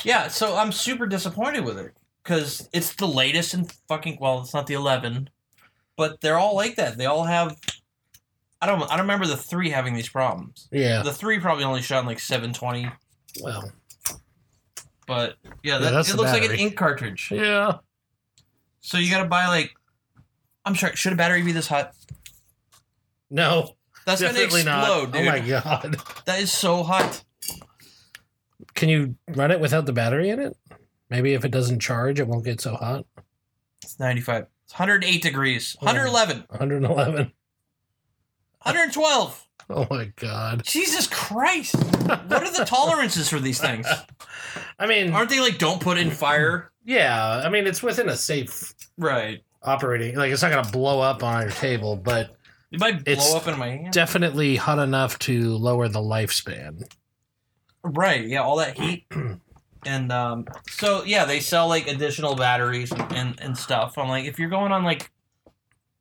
[SPEAKER 1] Yeah, so I'm super disappointed with it because it's the latest and fucking well, it's not the eleven, but they're all like that. They all have. I don't. I don't remember the three having these problems.
[SPEAKER 2] yeah.
[SPEAKER 1] The three probably only shot in like seven twenty,
[SPEAKER 2] Well.
[SPEAKER 1] but yeah,
[SPEAKER 2] Yeah,
[SPEAKER 1] that,
[SPEAKER 2] that's
[SPEAKER 1] it
[SPEAKER 2] the
[SPEAKER 1] looks like an
[SPEAKER 2] battery.
[SPEAKER 1] ink cartridge.
[SPEAKER 2] Yeah.
[SPEAKER 1] So you got to buy like. I'm sure. Should a battery be this hot?
[SPEAKER 2] No.
[SPEAKER 1] That's gonna
[SPEAKER 2] definitely not.
[SPEAKER 1] explode, dude.
[SPEAKER 2] Oh my god.
[SPEAKER 1] That is so hot.
[SPEAKER 2] Can you run it without the battery in it? Maybe if it doesn't charge, it won't get so hot.
[SPEAKER 1] It's 95. It's 108 degrees.
[SPEAKER 2] Yeah.
[SPEAKER 1] 111.
[SPEAKER 2] 111.
[SPEAKER 1] 112.
[SPEAKER 2] Oh my god.
[SPEAKER 1] Uh, Jesus Christ! What are the tolerances for these things?
[SPEAKER 2] I mean,
[SPEAKER 1] Aren't they like don't put in fire?
[SPEAKER 2] yeah. I mean, it's within a safe
[SPEAKER 1] Right.
[SPEAKER 2] operating. Like, it's not gonna blow up on your table, but
[SPEAKER 1] It might blow
[SPEAKER 2] It's
[SPEAKER 1] up in my hand.
[SPEAKER 2] definitely hot enough to lower the lifespan.
[SPEAKER 1] right. Yeah. All that heat. And um, so yeah, they sell like additional batteries and, and, and stuff. I'm like, if you're going on like,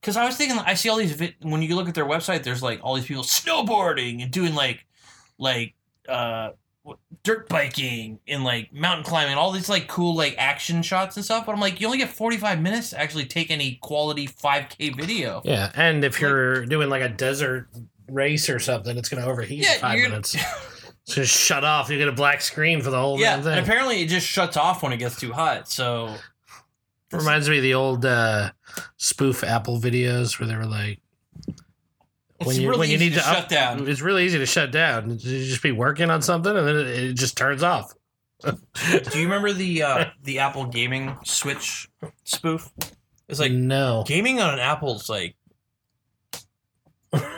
[SPEAKER 1] because I was thinking, I see all these vi- when you look at their website, there's like all these people snowboarding and doing like, like, uh, what- dirt biking and like mountain climbing, all these like cool like action shots and stuff. But I'm like, you only get 45 minutes to actually take any quality 5K video.
[SPEAKER 2] Yeah, and if you're doing like a desert race or something, it's going to overheat
[SPEAKER 1] Yeah,
[SPEAKER 2] in 5
[SPEAKER 1] you're-
[SPEAKER 2] minutes. So just shut off. You get a black screen for the whole damn
[SPEAKER 1] yeah, and
[SPEAKER 2] thing.
[SPEAKER 1] apparently it just shuts off when it gets too hot. So
[SPEAKER 2] Reminds me of the old uh, spoof Apple videos where they were like,
[SPEAKER 1] it's
[SPEAKER 2] When you-
[SPEAKER 1] really
[SPEAKER 2] when you
[SPEAKER 1] easy
[SPEAKER 2] need
[SPEAKER 1] to,
[SPEAKER 2] to
[SPEAKER 1] shut
[SPEAKER 2] up-
[SPEAKER 1] down.
[SPEAKER 2] "It's really easy to shut down. You just be working on something, and then it, it just turns off."
[SPEAKER 1] Do you remember the uh, the Apple gaming Switch spoof? It's like
[SPEAKER 2] no,
[SPEAKER 1] gaming on an Apple's like.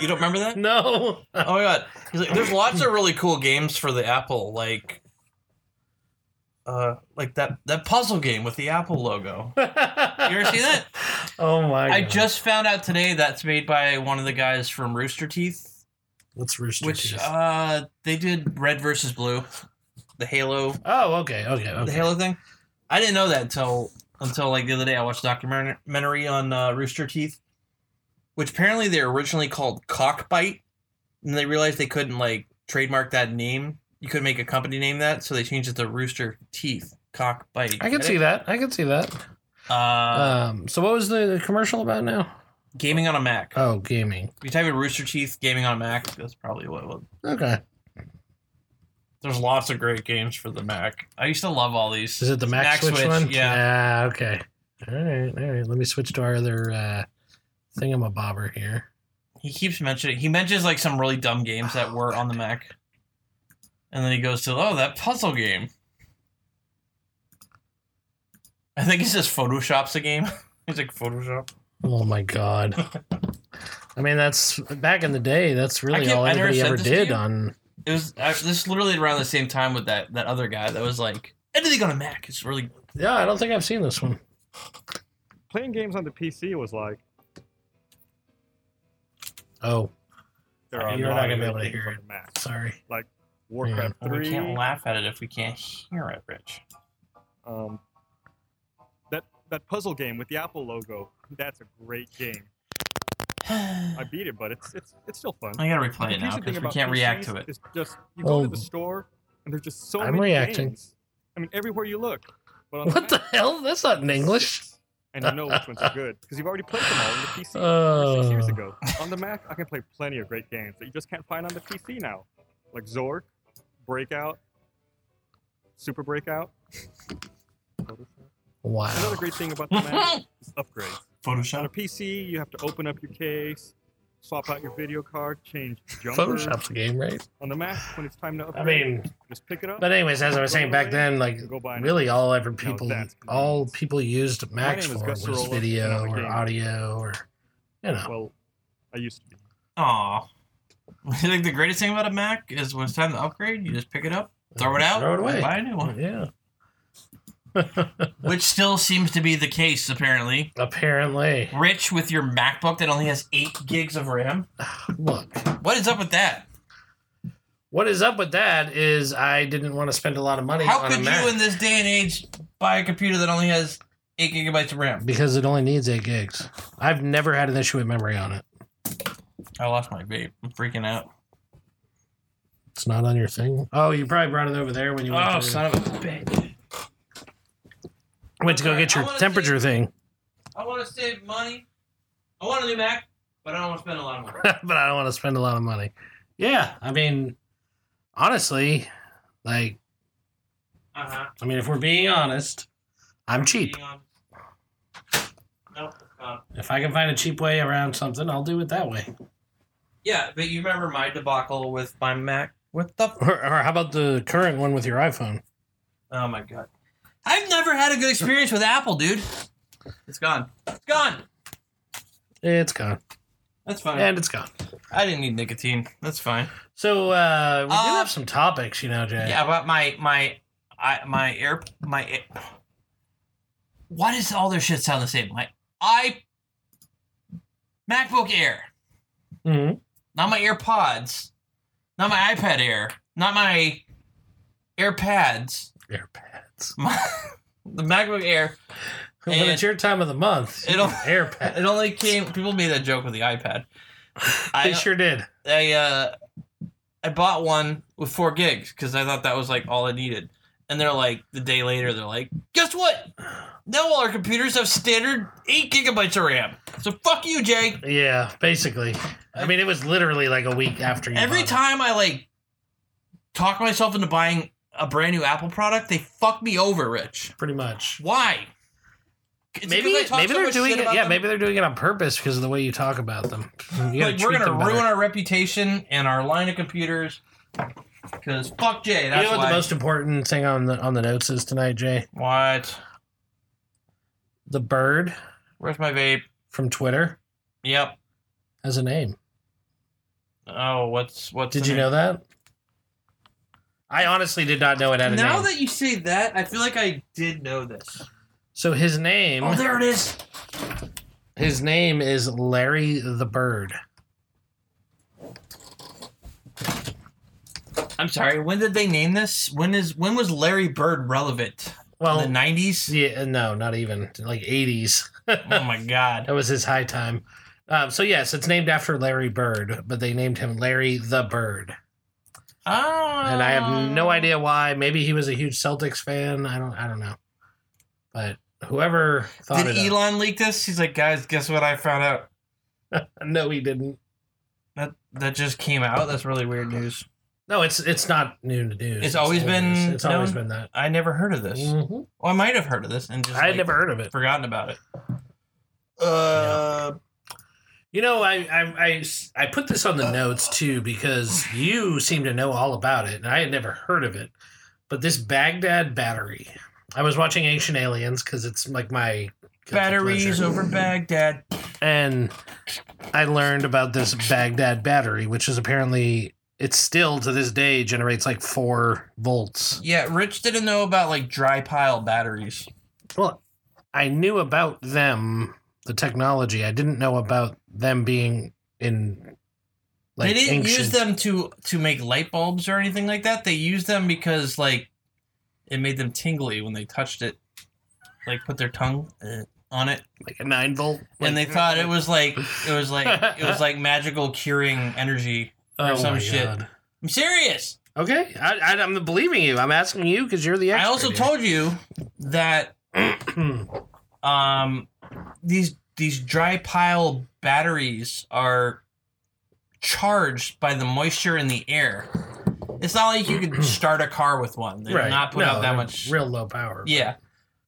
[SPEAKER 1] You don't remember that?
[SPEAKER 2] no.
[SPEAKER 1] Oh my god! He's like, there's lots of really cool games for the Apple, like, uh, like that that puzzle game with the Apple logo.
[SPEAKER 2] you
[SPEAKER 1] You ever see that?
[SPEAKER 2] Oh my!
[SPEAKER 1] I
[SPEAKER 2] God.
[SPEAKER 1] just found out today that's made by one of the guys from Rooster Teeth.
[SPEAKER 2] what's Rooster
[SPEAKER 1] which
[SPEAKER 2] Teeth?
[SPEAKER 1] uh they did red versus blue the halo
[SPEAKER 2] oh, okay, okay,
[SPEAKER 1] the
[SPEAKER 2] okay.
[SPEAKER 1] halo thing i didn't know that until until like the other day i watched a documentary on uh, rooster teeth which apparently they're originally called cockbite and they realized they couldn't like trademark that name you couldn't make a company name that so they changed it to rooster teeth cockbite
[SPEAKER 2] I can see that. I can see that.
[SPEAKER 1] uh,
[SPEAKER 2] Um, so what was the, the commercial about now?
[SPEAKER 1] gaming on a mac
[SPEAKER 2] Oh, gaming.
[SPEAKER 1] if you type in rooster teeth gaming on a mac that's probably what it was
[SPEAKER 2] Okay.
[SPEAKER 1] there's lots of great games for the mac i used to love all these
[SPEAKER 2] Is it the Mac,
[SPEAKER 1] Mac
[SPEAKER 2] Switch,
[SPEAKER 1] Switch,
[SPEAKER 2] one?
[SPEAKER 1] yeah.
[SPEAKER 2] Ah, okay. All right. All right. Let me switch to our other uh, thingamabobber here.
[SPEAKER 1] He keeps mentioning he mentions like some really dumb games that were on the Mac. And then he goes to oh that puzzle game. I think he says Photoshop's a game. He's like Photoshop.
[SPEAKER 2] Oh my god. I mean, that's back in the day. That's
[SPEAKER 1] I
[SPEAKER 2] really
[SPEAKER 1] can't-
[SPEAKER 2] all
[SPEAKER 1] I never
[SPEAKER 2] anybody
[SPEAKER 1] said
[SPEAKER 2] ever
[SPEAKER 1] this to
[SPEAKER 2] did
[SPEAKER 1] you.
[SPEAKER 2] on
[SPEAKER 1] It was I, this is literally around the same time with that that other guy that was like anything on a Mac is really
[SPEAKER 2] Yeah, I don't think I've seen this one.
[SPEAKER 3] Playing games on the PC was like
[SPEAKER 2] Oh,
[SPEAKER 3] there
[SPEAKER 2] You're
[SPEAKER 3] are
[SPEAKER 2] not
[SPEAKER 3] lot
[SPEAKER 2] gonna
[SPEAKER 3] of
[SPEAKER 2] be able to
[SPEAKER 3] games
[SPEAKER 2] hear
[SPEAKER 3] on
[SPEAKER 2] it.
[SPEAKER 3] the Mac.
[SPEAKER 2] sorry.
[SPEAKER 3] Warcraft
[SPEAKER 1] Well, we
[SPEAKER 3] three.
[SPEAKER 1] can't laugh at it if we can't hear it, Rich.
[SPEAKER 3] Um, that that puzzle game with the Apple logo. That's a great game. I
[SPEAKER 1] I
[SPEAKER 3] beat it, but it's it's it's still fun.
[SPEAKER 1] gotta replay it
[SPEAKER 3] here's
[SPEAKER 1] now
[SPEAKER 3] the thing
[SPEAKER 1] because we
[SPEAKER 3] about
[SPEAKER 1] can't react
[SPEAKER 3] PCs
[SPEAKER 1] to it.
[SPEAKER 3] is just you go
[SPEAKER 2] Oh.
[SPEAKER 3] to the store and there's just so
[SPEAKER 2] I'm
[SPEAKER 3] many
[SPEAKER 2] reacting.
[SPEAKER 3] games. I mean, everywhere you look. But on
[SPEAKER 2] What the hell? That's not in English.
[SPEAKER 3] and you know which ones are good because you've already played them all on the PC over six years
[SPEAKER 2] Oh,
[SPEAKER 3] ago. On the Mac, I can play plenty of great games that you just can't find on the PC now, like Zork, Breakout, Super Breakout. Another
[SPEAKER 2] wow.
[SPEAKER 3] great thing about the Mac is upgrades. On a
[SPEAKER 1] Photoshop.
[SPEAKER 3] PC, you have to open up your case, swap out your video card, change jumpers.
[SPEAKER 2] Photoshop's a game, right?
[SPEAKER 3] On the Mac, when it's time to
[SPEAKER 2] I
[SPEAKER 3] upgrade,
[SPEAKER 2] mean,
[SPEAKER 3] just pick it up.
[SPEAKER 2] but anyways, as I was saying back then, like
[SPEAKER 3] and go buy another.
[SPEAKER 2] really all ever people
[SPEAKER 3] that's
[SPEAKER 2] all
[SPEAKER 3] convenience.
[SPEAKER 2] people used Macs
[SPEAKER 3] name
[SPEAKER 2] for
[SPEAKER 3] is Gus
[SPEAKER 2] was
[SPEAKER 3] Sorolla, and
[SPEAKER 2] video
[SPEAKER 3] I'm a
[SPEAKER 2] or
[SPEAKER 3] gamer.
[SPEAKER 2] audio or you know.
[SPEAKER 3] Well, I used to be.
[SPEAKER 1] Aw. I think the greatest thing about a Mac is when it's time to upgrade, you just pick it up, throw it out,
[SPEAKER 2] Throw it away.
[SPEAKER 1] buy a new one.
[SPEAKER 2] Yeah.
[SPEAKER 1] Which still seems to be the case, apparently.
[SPEAKER 2] Apparently.
[SPEAKER 1] Rich with your MacBook that only has eight gigs of RAM.
[SPEAKER 2] Look.
[SPEAKER 1] What is up with that?
[SPEAKER 2] What is up with that is I didn't want to spend a lot of money
[SPEAKER 1] How
[SPEAKER 2] on a
[SPEAKER 1] could
[SPEAKER 2] Mac
[SPEAKER 1] you, in this day and age, buy a computer that only has eight gigabytes of RAM?
[SPEAKER 2] because it only needs 8 gigs. I've never had an issue with memory on it.
[SPEAKER 1] I lost my vape. I'm freaking out.
[SPEAKER 2] It's not on your thing. Oh, you probably brought it over there when you went,
[SPEAKER 1] Oh,
[SPEAKER 2] to,
[SPEAKER 1] son of a bitch.
[SPEAKER 2] went to go get
[SPEAKER 1] I
[SPEAKER 2] your
[SPEAKER 1] wanna
[SPEAKER 2] temperature thing.
[SPEAKER 1] I want to save money. I want a new Mac, but I don't want to spend a lot of money.
[SPEAKER 2] but I don't want to spend a lot of money. Yeah, I mean, honestly, like,
[SPEAKER 1] Uh huh.
[SPEAKER 2] I mean, if we're being honest, I'm cheap.
[SPEAKER 1] Nope. Uh,
[SPEAKER 2] If I can find a cheap way around something, I'll do it that way.
[SPEAKER 1] yeah, but you remember my debacle with my Mac? What the? F-
[SPEAKER 2] Or, or how about the current one with your iPhone?
[SPEAKER 1] oh my god! I've never had a good experience with Apple, dude. It's gone. It's gone.
[SPEAKER 2] It's gone,
[SPEAKER 1] That's fine.
[SPEAKER 2] and it's gone.
[SPEAKER 1] I didn't need nicotine. That's fine.
[SPEAKER 2] So uh, we do
[SPEAKER 1] Uh,
[SPEAKER 2] have some topics, you know, Jay.
[SPEAKER 1] Yeah, but my my I, my air my. air- Why does all their shit sound the same? My i MacBook Air.
[SPEAKER 2] Mhm.
[SPEAKER 1] not my AirPods, not my iPad Air, not my AirPads,
[SPEAKER 2] AirPads.
[SPEAKER 1] my, the MacBook Air.
[SPEAKER 2] When
[SPEAKER 1] And-
[SPEAKER 2] it's your time of the month,
[SPEAKER 1] It'll-
[SPEAKER 2] AirPads.
[SPEAKER 1] It only came. People made that joke with the iPad.
[SPEAKER 2] They
[SPEAKER 1] I
[SPEAKER 2] sure did.
[SPEAKER 1] I uh, I bought one with four gigs because I thought that was like all I needed. And they're like the day later, they're like, guess what? Now all our computers have standard eight gigabytes of RAM. So fuck you, Jake.
[SPEAKER 2] Yeah, basically. I mean, it was literally like a week after you.
[SPEAKER 1] Every
[SPEAKER 2] bought it.
[SPEAKER 1] time I like talk myself into buying a brand new Apple product, they fuck me over, Rich.
[SPEAKER 2] pretty much.
[SPEAKER 1] Why? It's
[SPEAKER 2] maybe
[SPEAKER 1] because I talk
[SPEAKER 2] maybe
[SPEAKER 1] so
[SPEAKER 2] they're
[SPEAKER 1] much
[SPEAKER 2] doing
[SPEAKER 1] shit
[SPEAKER 2] it.
[SPEAKER 1] about
[SPEAKER 2] Yeah,
[SPEAKER 1] them.
[SPEAKER 2] maybe they're doing it on purpose because of the way you talk about them. You gotta
[SPEAKER 1] like we're
[SPEAKER 2] treat
[SPEAKER 1] gonna
[SPEAKER 2] them better.
[SPEAKER 1] ruin our reputation and our line of computers because fuck Jay. That's
[SPEAKER 2] You know what
[SPEAKER 1] why.
[SPEAKER 2] the most important thing on the on the notes is tonight, Jay?
[SPEAKER 1] what?
[SPEAKER 2] The bird
[SPEAKER 1] Where's my vape?
[SPEAKER 2] from Twitter
[SPEAKER 1] Yep.
[SPEAKER 2] has a name.
[SPEAKER 1] Oh, what's what's?
[SPEAKER 2] Did
[SPEAKER 1] the
[SPEAKER 2] you
[SPEAKER 1] name?
[SPEAKER 2] know that? I honestly did not know it had a
[SPEAKER 1] Now
[SPEAKER 2] name.
[SPEAKER 1] that you say that, I feel like I did know this.
[SPEAKER 2] so his name
[SPEAKER 1] Oh, there it is.
[SPEAKER 2] his name is Larry the Bird.
[SPEAKER 1] I'm sorry. When did they name this? When is when was Larry Bird relevant?
[SPEAKER 2] Well,
[SPEAKER 1] In the '90s.
[SPEAKER 2] yeah, no, not even like eighties.
[SPEAKER 1] Oh my god.
[SPEAKER 2] That was his high time. Um, so yes, it's named after Larry Bird, but they named him Larry the Bird.
[SPEAKER 1] Oh.
[SPEAKER 2] and I have no idea why. Maybe he was a huge Celtics fan. I don't. I don't know. But whoever thought
[SPEAKER 1] Did
[SPEAKER 2] it up-
[SPEAKER 1] Elon leak this? He's like, guys, guess what I found out?
[SPEAKER 2] no, he didn't.
[SPEAKER 1] That that just came out. That's really weird news.
[SPEAKER 2] No, it's it's not new to news.
[SPEAKER 1] It's always
[SPEAKER 2] old
[SPEAKER 1] been
[SPEAKER 2] news. It's always
[SPEAKER 1] known?
[SPEAKER 2] been that.
[SPEAKER 1] I never heard of this.
[SPEAKER 2] Mhm.
[SPEAKER 1] Well, I might have heard of this and just
[SPEAKER 2] I had
[SPEAKER 1] like,
[SPEAKER 2] never heard of it.
[SPEAKER 1] forgotten about it. Uh,
[SPEAKER 2] You know, I, I I s- I put this on the notes too because you seem to know all about it, and I had never heard of it. But this Baghdad battery, I was watching Ancient Aliens because it's like my guilty
[SPEAKER 1] batteries
[SPEAKER 2] pleasure.
[SPEAKER 1] over Baghdad.
[SPEAKER 2] and I learned about this Baghdad battery, which is apparently it still to this day generates like four volts.
[SPEAKER 1] Yeah, Rich didn't know about like dry pile batteries.
[SPEAKER 2] Well, I knew about them, the technology. I didn't know about them being in.
[SPEAKER 1] they didn't use them to to make light bulbs or anything like that. They used them because like it made them tingly when they touched it, like put their tongue eh, on it,
[SPEAKER 2] like a nine volt.
[SPEAKER 1] and they thought it was like it was like it was like magical curing energy.
[SPEAKER 2] oh
[SPEAKER 1] some
[SPEAKER 2] my
[SPEAKER 1] shit.
[SPEAKER 2] God.
[SPEAKER 1] I'm serious.
[SPEAKER 2] Okay, I, I, I'm believing you. I'm asking you because you're the
[SPEAKER 1] I
[SPEAKER 2] expert.
[SPEAKER 1] also told you that
[SPEAKER 2] told.
[SPEAKER 1] um, these these dry pile batteries are charged by the moisture in the air. It's not like you could start a car with one. They do not put out that much.
[SPEAKER 2] Real low power.
[SPEAKER 1] Yeah.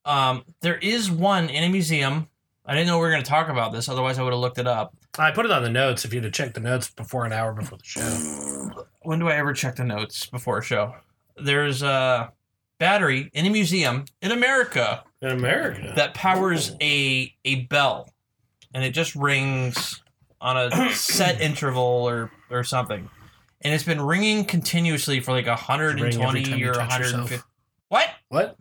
[SPEAKER 1] Um, there is one in a museum. I didn't know we were going to talk about this. Otherwise, I would have looked it up.
[SPEAKER 2] I put it on the notes. If you'd have checked the notes before an hour before the show,
[SPEAKER 1] when do I ever check the notes before a show? There's a battery in a museum in America
[SPEAKER 2] in America,
[SPEAKER 1] that powers a a bell, and it just rings on a set interval or or something, and it's been ringing continuously for like hundred and
[SPEAKER 2] Ring every time
[SPEAKER 1] twenty
[SPEAKER 2] you
[SPEAKER 1] or
[SPEAKER 2] touch
[SPEAKER 1] hundred
[SPEAKER 2] yourself.
[SPEAKER 1] and fifty. What?
[SPEAKER 2] what?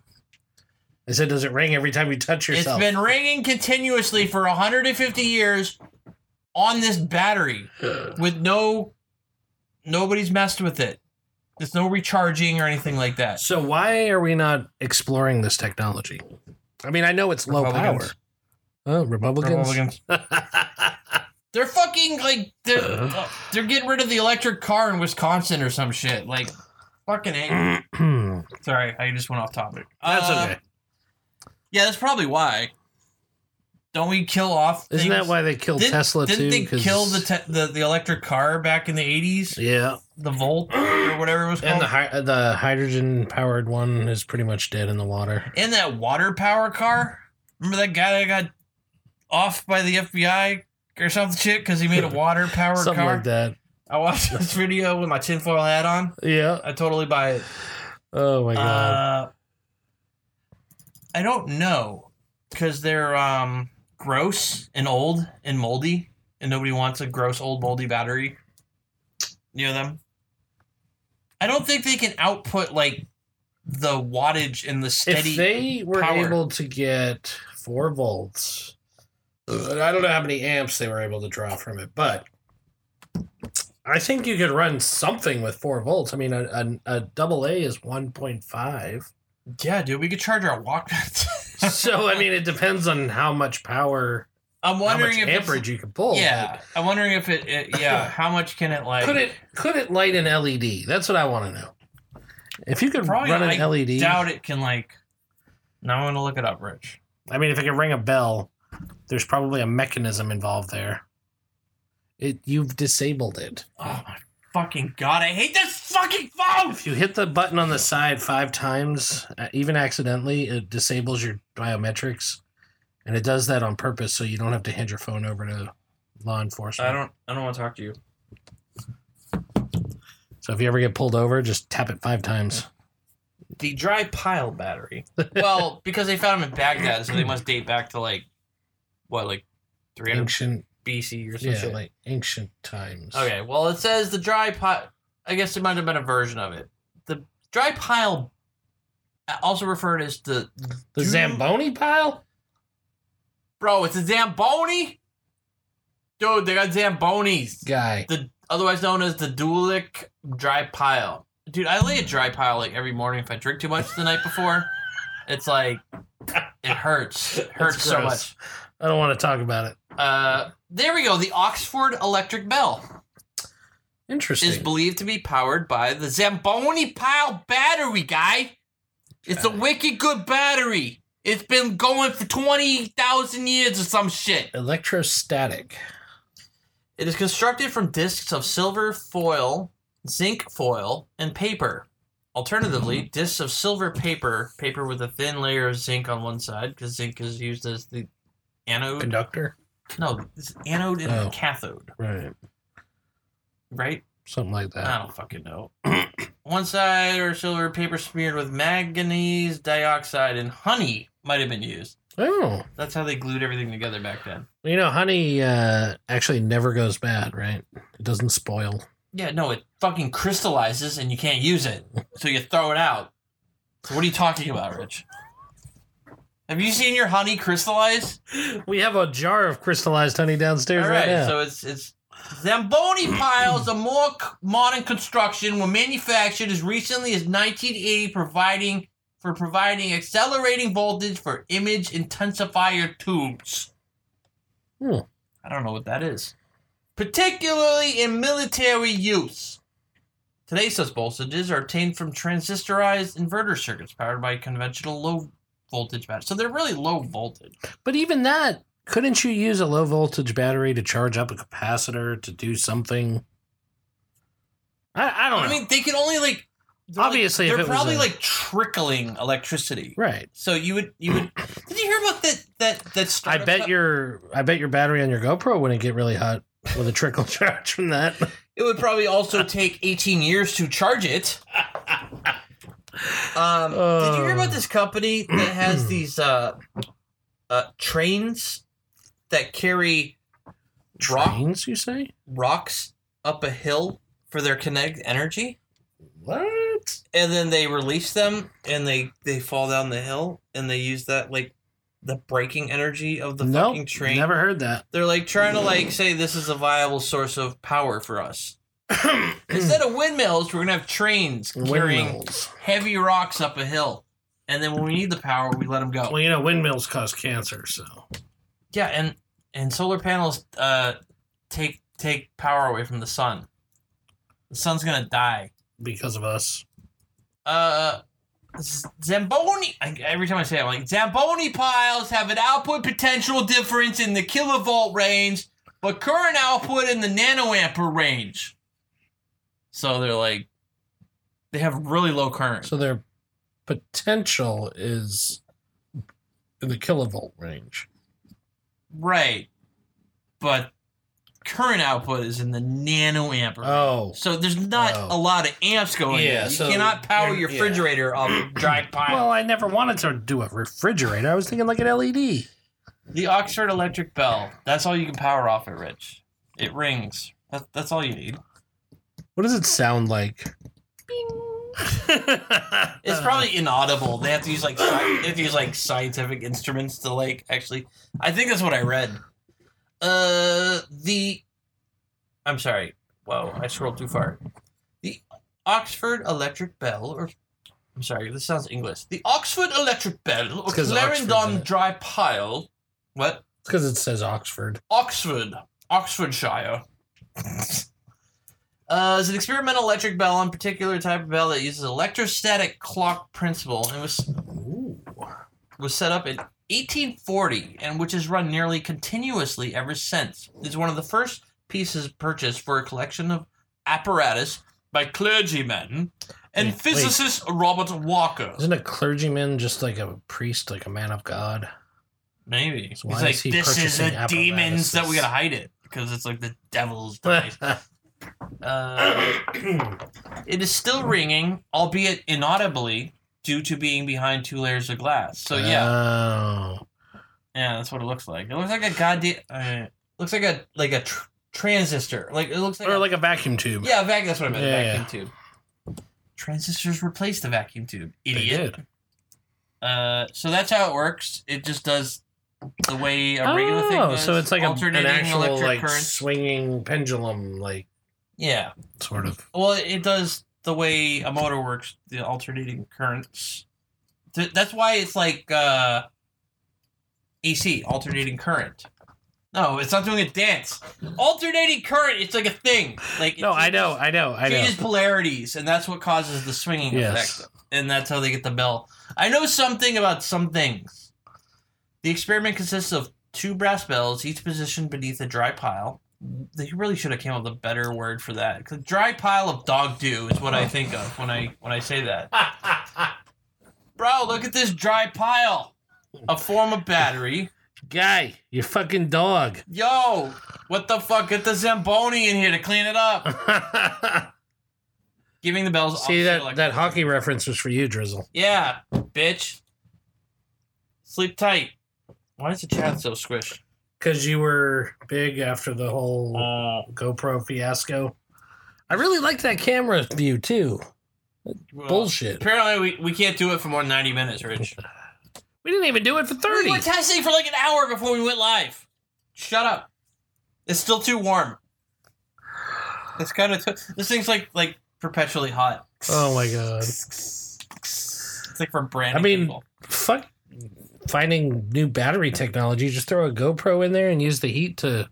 [SPEAKER 2] I said, does it ring every time you touch yourself?
[SPEAKER 1] It's been ringing continuously for 150 years on this battery with no nobody's messed with it. There's no recharging or anything like that.
[SPEAKER 2] so why are we not exploring this technology? I mean, I know it's low power.
[SPEAKER 1] Republicans.
[SPEAKER 2] Oh, Republicans.
[SPEAKER 1] Republicans. They're fucking like they're
[SPEAKER 2] Uh-huh.
[SPEAKER 1] uh, they're getting rid of the electric car in Wisconsin or some shit. Like fucking A. Sorry, I just went off topic.
[SPEAKER 2] That's
[SPEAKER 1] Uh,
[SPEAKER 2] okay.
[SPEAKER 1] Yeah, that's probably why. Don't we kill off?
[SPEAKER 2] Isn't that
[SPEAKER 1] things?
[SPEAKER 2] why they killed
[SPEAKER 1] Didn't-
[SPEAKER 2] Tesla
[SPEAKER 1] Didn't
[SPEAKER 2] too?
[SPEAKER 1] they
[SPEAKER 2] 'Cause-
[SPEAKER 1] kill the, te- the the electric car back in the eighties?
[SPEAKER 2] yeah,
[SPEAKER 1] the Volt or whatever it was
[SPEAKER 2] and
[SPEAKER 1] called.
[SPEAKER 2] the hy- the hydrogen powered one is pretty much dead in the water.
[SPEAKER 1] and that water power car. Remember that guy that got off by the FBI or something shit because he made a water powered
[SPEAKER 2] Something
[SPEAKER 1] car.
[SPEAKER 2] like that.
[SPEAKER 1] I watched this video with my tinfoil hat on.
[SPEAKER 2] Yeah.
[SPEAKER 1] I totally buy it.
[SPEAKER 2] Oh my god.
[SPEAKER 1] Uh, I don't know because they're um, gross and old and moldy, and nobody wants a gross old moldy battery near them. I don't think they can output like the wattage and the steady.
[SPEAKER 2] if they were
[SPEAKER 1] power.
[SPEAKER 2] able to get four volts, and I don't know how many amps they were able to draw from it, but I think you could run something with four volts. I mean, a, a, a double A is one point five.
[SPEAKER 1] Yeah, dude, we could charge our Walkmans.
[SPEAKER 2] so I mean, it depends on how much power,
[SPEAKER 1] I'm
[SPEAKER 2] how
[SPEAKER 1] wondering
[SPEAKER 2] much
[SPEAKER 1] if it's-
[SPEAKER 2] amperage you can pull.
[SPEAKER 1] yeah, I'm wondering if it, it- Yeah, how much can it like?
[SPEAKER 2] Could it could it light an LED? That's what I want to know. If you could
[SPEAKER 1] Probably,
[SPEAKER 2] run an E
[SPEAKER 1] I
[SPEAKER 2] LED,
[SPEAKER 1] Doubt it can like. Now I'm gonna look it up, Rich.
[SPEAKER 2] I mean, if it can ring a bell, there's probably a mechanism involved there. It you've disabled it.
[SPEAKER 1] Oh my fucking god! I hate this fucking phone.
[SPEAKER 2] If you hit the button on the side five times, uh, even accidentally, it disables your biometrics, and it does that on purpose so you don't have to hand your phone over to law enforcement.
[SPEAKER 1] I don't. I don't want to talk to you.
[SPEAKER 2] So if you ever get pulled over, just tap it five times.
[SPEAKER 1] The dry pile battery. well, because they found them in Baghdad, so they must date back to like, what, like, 300
[SPEAKER 2] Ancient,
[SPEAKER 1] BC or some
[SPEAKER 2] yeah,
[SPEAKER 1] shit.
[SPEAKER 2] like ancient times.
[SPEAKER 1] Okay, well, it says the dry pile. I guess it might have been a version of it. The dry pile, also referred as the
[SPEAKER 2] The
[SPEAKER 1] Do-
[SPEAKER 2] Zamboni pile.
[SPEAKER 1] bro. It's a zamboni, dude. They got zambonis.
[SPEAKER 2] guy.
[SPEAKER 1] The otherwise known as the Dulick dry pile. Dude, I lay a dry pile like every morning if I drink too much the night before. It's like it hurts. It hurts
[SPEAKER 2] That's
[SPEAKER 1] so
[SPEAKER 2] gross.
[SPEAKER 1] much.
[SPEAKER 2] I don't want to talk about it.
[SPEAKER 1] Uh, there we go. The Oxford Electric Bell.
[SPEAKER 2] Interesting.
[SPEAKER 1] is believed to be powered by the Zamboni pile battery, guy. It's a wicked good battery. It's been going for 20,000 years or some shit.
[SPEAKER 2] Electrostatic.
[SPEAKER 1] It is constructed from discs of silver foil, zinc foil, and paper. Alternatively, discs of silver paper, paper with a thin layer of zinc on one side, because zinc is used as the anode.
[SPEAKER 2] Conductor.
[SPEAKER 1] No, it's anode and
[SPEAKER 2] Oh.
[SPEAKER 1] cathode,
[SPEAKER 2] Right.
[SPEAKER 1] right?
[SPEAKER 2] Something like that.
[SPEAKER 1] I don't fucking know. One side or silver paper smeared with manganese dioxide and honey might have been used.
[SPEAKER 2] Oh.
[SPEAKER 1] That's how they glued everything together back then.
[SPEAKER 2] You know, honey uh, actually never goes bad, right? It doesn't spoil.
[SPEAKER 1] Yeah, no, it fucking crystallizes and you can't use it. So you throw it out. So what are you talking about, Rich? Have you seen your honey crystallize?
[SPEAKER 2] We have a jar of crystallized honey downstairs
[SPEAKER 1] All
[SPEAKER 2] right,
[SPEAKER 1] right,
[SPEAKER 2] now.
[SPEAKER 1] so it's it's Zamboni piles, a more c- modern construction, were manufactured as recently as 1980, providing for providing accelerating voltage for image intensifier tubes.
[SPEAKER 2] Hmm.
[SPEAKER 1] I don't know what that is. Particularly in military use. Today, such voltages are obtained from transistorized inverter circuits powered by conventional low voltage batteries. So they're really low voltage.
[SPEAKER 2] but even that, couldn't you use a low voltage battery to charge up a capacitor to do something? I, I don't
[SPEAKER 1] I
[SPEAKER 2] know.
[SPEAKER 1] mean, they can only like they're, like-
[SPEAKER 2] Obviously, if
[SPEAKER 1] they're
[SPEAKER 2] it was
[SPEAKER 1] probably
[SPEAKER 2] a-
[SPEAKER 1] like trickling electricity.
[SPEAKER 2] right.
[SPEAKER 1] So you would you would did you hear about that that that
[SPEAKER 2] I
[SPEAKER 1] startup
[SPEAKER 2] bet
[SPEAKER 1] stuff?
[SPEAKER 2] your I bet your battery on your GoPro wouldn't get really hot with a trickle charge from that.
[SPEAKER 1] it would probably also take eighteen years to charge it. Um, did
[SPEAKER 2] Uh.
[SPEAKER 1] you hear about this company that has these uh, uh, trains that carry rock,
[SPEAKER 2] Trains, you say?
[SPEAKER 1] rocks up a hill for their kinetic energy?
[SPEAKER 2] What?
[SPEAKER 1] and then they release them and they they fall down the hill and they use that like the braking energy of the
[SPEAKER 2] no,
[SPEAKER 1] fucking train
[SPEAKER 2] never heard that.
[SPEAKER 1] they're like trying to like say this is a viable source of power for us instead of windmills we're gonna have trains carrying
[SPEAKER 2] Windmills.
[SPEAKER 1] heavy rocks up a hill and then when we need the power we let them go
[SPEAKER 2] Well, you know, windmills cause cancer, so
[SPEAKER 1] yeah and and solar panels uh take take power away from the sun the sun's gonna die
[SPEAKER 2] because of us.
[SPEAKER 1] uh Zamboni. I, every time I say it, I'm like Zamboni piles have an output potential difference in the kilovolt range, but current output in the nanoampere range. So they're like, they have really low current.
[SPEAKER 2] So their potential is in the kilovolt range.
[SPEAKER 1] right, but current output is in the nanoampere.
[SPEAKER 2] Oh,
[SPEAKER 1] so there's not
[SPEAKER 2] Oh.
[SPEAKER 1] a lot of amps going.
[SPEAKER 2] Yeah,
[SPEAKER 1] in. You
[SPEAKER 2] so
[SPEAKER 1] cannot power
[SPEAKER 2] you're-
[SPEAKER 1] your
[SPEAKER 2] yeah.
[SPEAKER 1] refrigerator off a dry pile.
[SPEAKER 2] well, I never wanted to do a refrigerator. I was thinking like an E LED.
[SPEAKER 1] The Oxford electric bell. That's all you can power off it, Rich. It rings. That's, that's all you need.
[SPEAKER 2] What does it sound like? Uh.
[SPEAKER 1] It's probably inaudible. They have to use like sci- they have to use like scientific instruments to like actually. I think that's what I read. Uh, the. I'm sorry. Whoa, I scrolled too far. The Oxford electric bell, or I'm sorry, this sounds English. The Oxford electric bell, or
[SPEAKER 2] 'cause Oxford's in
[SPEAKER 1] Clarendon
[SPEAKER 2] it.
[SPEAKER 1] dry pile. What?
[SPEAKER 2] because it says Oxford.
[SPEAKER 1] Oxford, Oxfordshire. Uh, is an experimental electric bell, in particular type of bell that uses electrostatic clock principle, and was was set up in 1840, and which has run nearly continuously ever since. It's one of the first pieces purchased for a collection of apparatus by clergymen and
[SPEAKER 2] Wait, wait.
[SPEAKER 1] physicist Robert Walker.
[SPEAKER 2] Isn't a clergyman just like a priest, like a man of God?
[SPEAKER 1] Maybe
[SPEAKER 2] So why
[SPEAKER 1] he's like,
[SPEAKER 2] is he
[SPEAKER 1] this is
[SPEAKER 2] purchasing
[SPEAKER 1] the demons that we
[SPEAKER 2] apparatuses?"
[SPEAKER 1] gotta hide it because it's like the devil's device.
[SPEAKER 2] That's
[SPEAKER 1] Uh, it is still ringing, albeit inaudibly, due to being behind two layers of glass. So yeah,
[SPEAKER 2] Oh.
[SPEAKER 1] yeah, that's what it looks like. It looks like a goddamn. Uh, looks like a like a tr- transistor. Like it looks like.
[SPEAKER 2] or
[SPEAKER 1] a,
[SPEAKER 2] like a vacuum tube.
[SPEAKER 1] yeah, vac. That's what I meant.
[SPEAKER 2] Yeah, yeah.
[SPEAKER 1] vacuum tube. Transistors replace the vacuum tube.
[SPEAKER 2] They
[SPEAKER 1] Idiot.
[SPEAKER 2] did.
[SPEAKER 1] Uh, so that's how it works. It just does the way a regular thing
[SPEAKER 2] Oh,
[SPEAKER 1] does.
[SPEAKER 2] so it's like a, an
[SPEAKER 1] alternating
[SPEAKER 2] actual
[SPEAKER 1] electric
[SPEAKER 2] like
[SPEAKER 1] current.
[SPEAKER 2] swinging pendulum, like
[SPEAKER 1] Yeah.
[SPEAKER 2] sort of.
[SPEAKER 1] Well, it does the way a motor works, the alternating currents. Th- That's why it's like uh, AC, alternating current. No, it's not doing a dance. Alternating current, it's like a thing. Like it
[SPEAKER 2] No, I
[SPEAKER 1] changes-
[SPEAKER 2] know, I know, I know.
[SPEAKER 1] changes polarities, and that's what causes the swinging
[SPEAKER 2] Yes.
[SPEAKER 1] effect. And that's how they get the bell. I know something about some things. The experiment consists of two brass bells, each positioned beneath a dry pile. They really should have came up with a better word for that. 'Cause dry pile of dog dew is what I think of when I when I say that. Bro, look at this dry pile. A form of battery.
[SPEAKER 2] Guy, you fucking dog.
[SPEAKER 1] Yo, what the fuck? Get the Zamboni in here to clean it up. Giving the bells.
[SPEAKER 2] See that
[SPEAKER 1] like
[SPEAKER 2] that hockey reference was for you, Drizzle.
[SPEAKER 1] Yeah, bitch. Sleep tight. Why is the chat so squished?
[SPEAKER 2] Because you were big after the whole
[SPEAKER 1] Oh,
[SPEAKER 2] GoPro fiasco. I really liked that camera view too.
[SPEAKER 1] Well,
[SPEAKER 2] Bullshit.
[SPEAKER 1] Apparently, we, we can't do it for more than 90 minutes, Rich.
[SPEAKER 2] We didn't even do it for
[SPEAKER 1] We
[SPEAKER 2] thirty.
[SPEAKER 1] were testing for like an hour before we went live. Shut up. It's still too warm. It's kind of. T- this thing's like like perpetually hot.
[SPEAKER 2] Oh my god.
[SPEAKER 1] It's like for brand.
[SPEAKER 2] I mean- Fuck finding new battery technology. Just throw a GoPro in there and use the heat to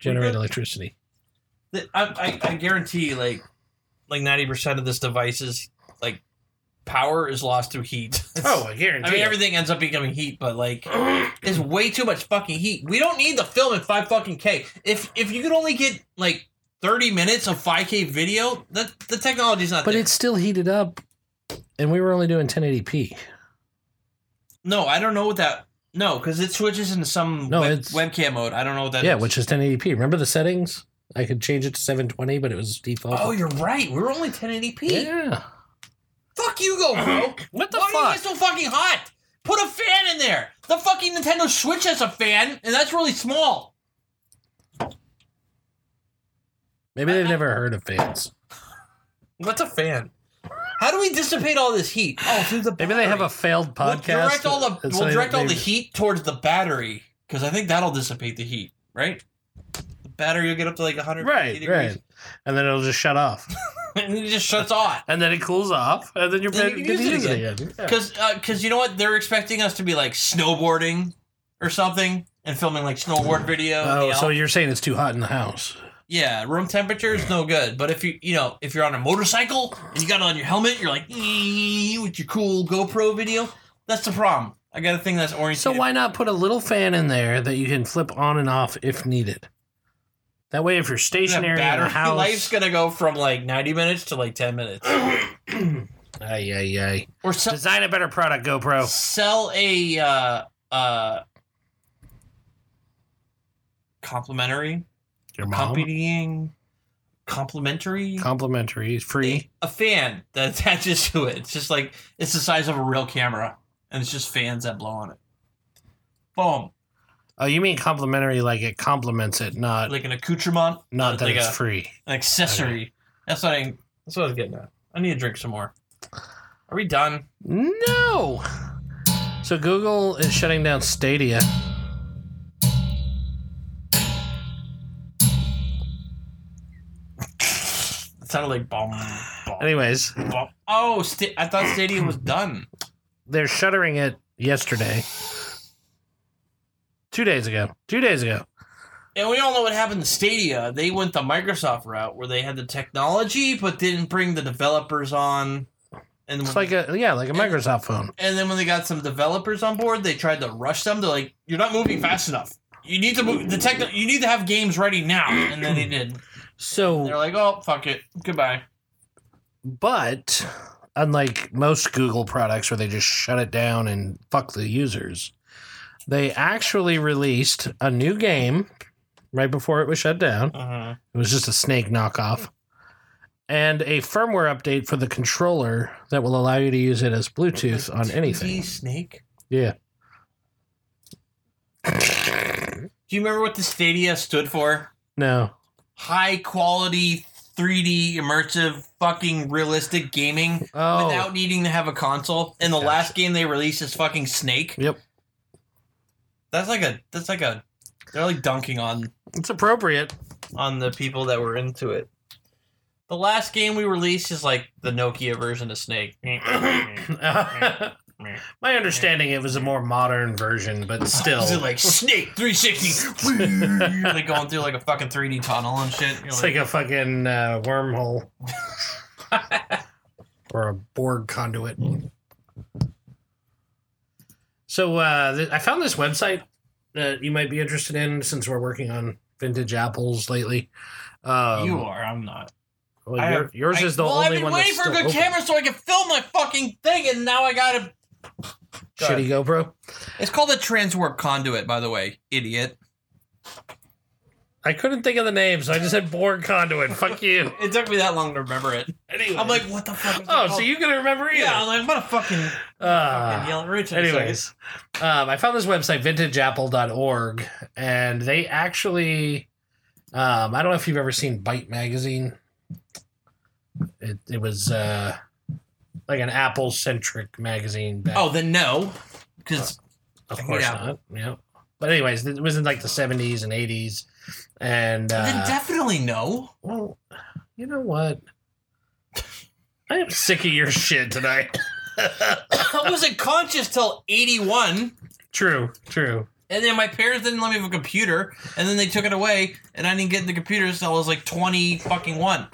[SPEAKER 2] generate electricity.
[SPEAKER 1] I, I, I guarantee like like ninety percent of this device's like power is lost through heat.
[SPEAKER 2] I guarantee.
[SPEAKER 1] Oh, I mean everything ends up becoming heat, but like there's way too much fucking heat. We don't need the film in five fucking K. If if you could only get like thirty minutes of five K video, the the technology's not
[SPEAKER 2] But
[SPEAKER 1] there.
[SPEAKER 2] it's still heated up, and we were only doing 1080p.
[SPEAKER 1] no, I don't know what that no, because it switches into some
[SPEAKER 2] No,
[SPEAKER 1] web-
[SPEAKER 2] it's-
[SPEAKER 1] webcam mode. I don't know what that
[SPEAKER 2] Yeah,
[SPEAKER 1] is.
[SPEAKER 2] which is 1080p. Remember the settings? I could change it to 720, but it was default.
[SPEAKER 1] Oh, you're right. We're only 1080p.
[SPEAKER 2] yeah.
[SPEAKER 1] Fuck you, go bro.
[SPEAKER 2] What
[SPEAKER 1] Why are you guys so fucking hot? Put a fan in there. The fucking Nintendo Switch has a fan, and that's really small.
[SPEAKER 2] Maybe they've never heard of fans.
[SPEAKER 1] What's a fan? How do we dissipate all this heat? Oh, through the
[SPEAKER 2] Maybe they have a failed
[SPEAKER 1] We'll
[SPEAKER 2] podcast.
[SPEAKER 1] direct all the
[SPEAKER 2] and so
[SPEAKER 1] we'll
[SPEAKER 2] they-
[SPEAKER 1] direct all the
[SPEAKER 2] they-
[SPEAKER 1] heat towards the battery because I think that'll dissipate the heat, right? The battery will get up to like 100
[SPEAKER 2] Right, right. And then it'll just shut off.
[SPEAKER 1] and it just shuts off.
[SPEAKER 2] and then it cools off, and then you're
[SPEAKER 1] Then you
[SPEAKER 2] you
[SPEAKER 1] can
[SPEAKER 2] can
[SPEAKER 1] use
[SPEAKER 2] use
[SPEAKER 1] it
[SPEAKER 2] it again. Yeah.
[SPEAKER 1] Because uh, you know what? They're expecting us to be like snowboarding or something and filming like snowboard video. in
[SPEAKER 2] Oh,
[SPEAKER 1] the
[SPEAKER 2] so you're saying it's too hot in the house?
[SPEAKER 1] Yeah, room temperature is no good. But if you you know if you're on a motorcycle and you got it on your helmet, you're like "Ee," with your cool GoPro video. That's the problem. I got a thing that's oriented.
[SPEAKER 2] So why not put a little fan in there that you can flip on and off if needed? That way, if you're
[SPEAKER 1] The
[SPEAKER 2] stationary in the
[SPEAKER 1] battery
[SPEAKER 2] house,
[SPEAKER 1] life's gonna go from like 90 minutes to like 10 minutes.
[SPEAKER 2] Ay, ay, ay.
[SPEAKER 1] or se- Oh.
[SPEAKER 2] Design a better product, GoPro.
[SPEAKER 1] sell a uh, uh, complimentary,
[SPEAKER 2] Your mom.
[SPEAKER 1] copying, complimentary,
[SPEAKER 2] Complimentary, free.
[SPEAKER 1] a fan that attaches to it. It's just like it's the size of a real camera, and it's just fans that blow on it. Boom,
[SPEAKER 2] Oh, you mean complimentary? Like it complements it, not
[SPEAKER 1] like an accoutrement,
[SPEAKER 2] not that
[SPEAKER 1] like
[SPEAKER 2] it's
[SPEAKER 1] a-
[SPEAKER 2] free.
[SPEAKER 1] an accessory. That's what I. That's what I was getting at. I need to drink some more. Are we done?
[SPEAKER 2] No. So Google is shutting down Stadia.
[SPEAKER 1] It sounded like bomb. bomb,
[SPEAKER 2] Anyways,
[SPEAKER 1] bomb. Oh, sta I thought Stadia was done.
[SPEAKER 2] they're shuttering it yesterday. Two days ago. Two days ago.
[SPEAKER 1] And we all know what happened to Stadia. They went the Microsoft route where they had the technology but didn't bring the developers on. And
[SPEAKER 2] It's
[SPEAKER 1] when-
[SPEAKER 2] like a yeah, like a
[SPEAKER 1] And-
[SPEAKER 2] Microsoft phone.
[SPEAKER 1] and then when they got some developers on board, they tried to rush them. They're like, "You're not moving fast enough. You need to move the tech. You need to have games ready now." And then they did. They're
[SPEAKER 2] So,
[SPEAKER 1] like, "Oh, fuck it. Goodbye."
[SPEAKER 2] but unlike most Google products where they just shut it down and fuck the users, they actually released a new game right before it was shut down.
[SPEAKER 1] Uh-huh.
[SPEAKER 2] It was just a snake knockoff. And a firmware update for the controller that will allow you to use it as Bluetooth on anything.
[SPEAKER 1] Snake.
[SPEAKER 2] Yeah.
[SPEAKER 1] Do you remember what the Stadia stood for?
[SPEAKER 2] No.
[SPEAKER 1] High quality, 3D, immersive, fucking realistic gaming.
[SPEAKER 2] Oh.
[SPEAKER 1] without needing to have a console. And the
[SPEAKER 2] Gotcha.
[SPEAKER 1] last game they released is fucking Snake.
[SPEAKER 2] Yep.
[SPEAKER 1] That's like a that's like a they're like dunking on
[SPEAKER 2] it's appropriate.
[SPEAKER 1] on the people that were into it. The last game we released is like the Nokia version of Snake.
[SPEAKER 2] My understanding it was a more modern version, but still.
[SPEAKER 1] Is it like Snake 360? like going through like a fucking 3D tunnel and shit. You're
[SPEAKER 2] It's like a fucking uh, wormhole. or a Borg conduit. So uh, th- I found this website that you might be interested in since we're working on vintage apples lately. Um,
[SPEAKER 1] you are, I'm not.
[SPEAKER 2] well,
[SPEAKER 1] I
[SPEAKER 2] your-
[SPEAKER 1] have-
[SPEAKER 2] yours
[SPEAKER 1] I-
[SPEAKER 2] is the
[SPEAKER 1] well, I've
[SPEAKER 2] only
[SPEAKER 1] been
[SPEAKER 2] one
[SPEAKER 1] waiting
[SPEAKER 2] that's
[SPEAKER 1] for a
[SPEAKER 2] still
[SPEAKER 1] good
[SPEAKER 2] open.
[SPEAKER 1] camera so I can film my fucking thing, and now I gotta.
[SPEAKER 2] Shitty GoPro.
[SPEAKER 1] It's called a transwarp conduit, by the way, idiot.
[SPEAKER 2] I couldn't think of the name, so I just said Borg conduit. Fuck you.
[SPEAKER 1] It took me that long to remember it.
[SPEAKER 2] Anyway.
[SPEAKER 1] I'm like, what the fuck? Is
[SPEAKER 2] oh,
[SPEAKER 1] that
[SPEAKER 2] so
[SPEAKER 1] called?
[SPEAKER 2] you can remember either.
[SPEAKER 1] Yeah, I'm like, what a fucking
[SPEAKER 2] Ah.
[SPEAKER 1] fucking yell at Rich. in a
[SPEAKER 2] Anyways, um, I found this website, vintageapple.org, and they actually Um, I don't know if you've ever seen Byte magazine. It it was uh, like an Apple centric magazine. Back,
[SPEAKER 1] Oh, then no, because
[SPEAKER 2] of
[SPEAKER 1] check it
[SPEAKER 2] course
[SPEAKER 1] out.
[SPEAKER 2] not. Yeah. But anyways, it was in like the seventies and eighties, and uh,
[SPEAKER 1] then definitely no.
[SPEAKER 2] well, you know what? I am sick of your shit tonight.
[SPEAKER 1] I wasn't conscious till '81,
[SPEAKER 2] true, true.
[SPEAKER 1] and then my parents didn't let me have a computer, and then they took it away, and I didn't get the computer until I was like 20 fucking one.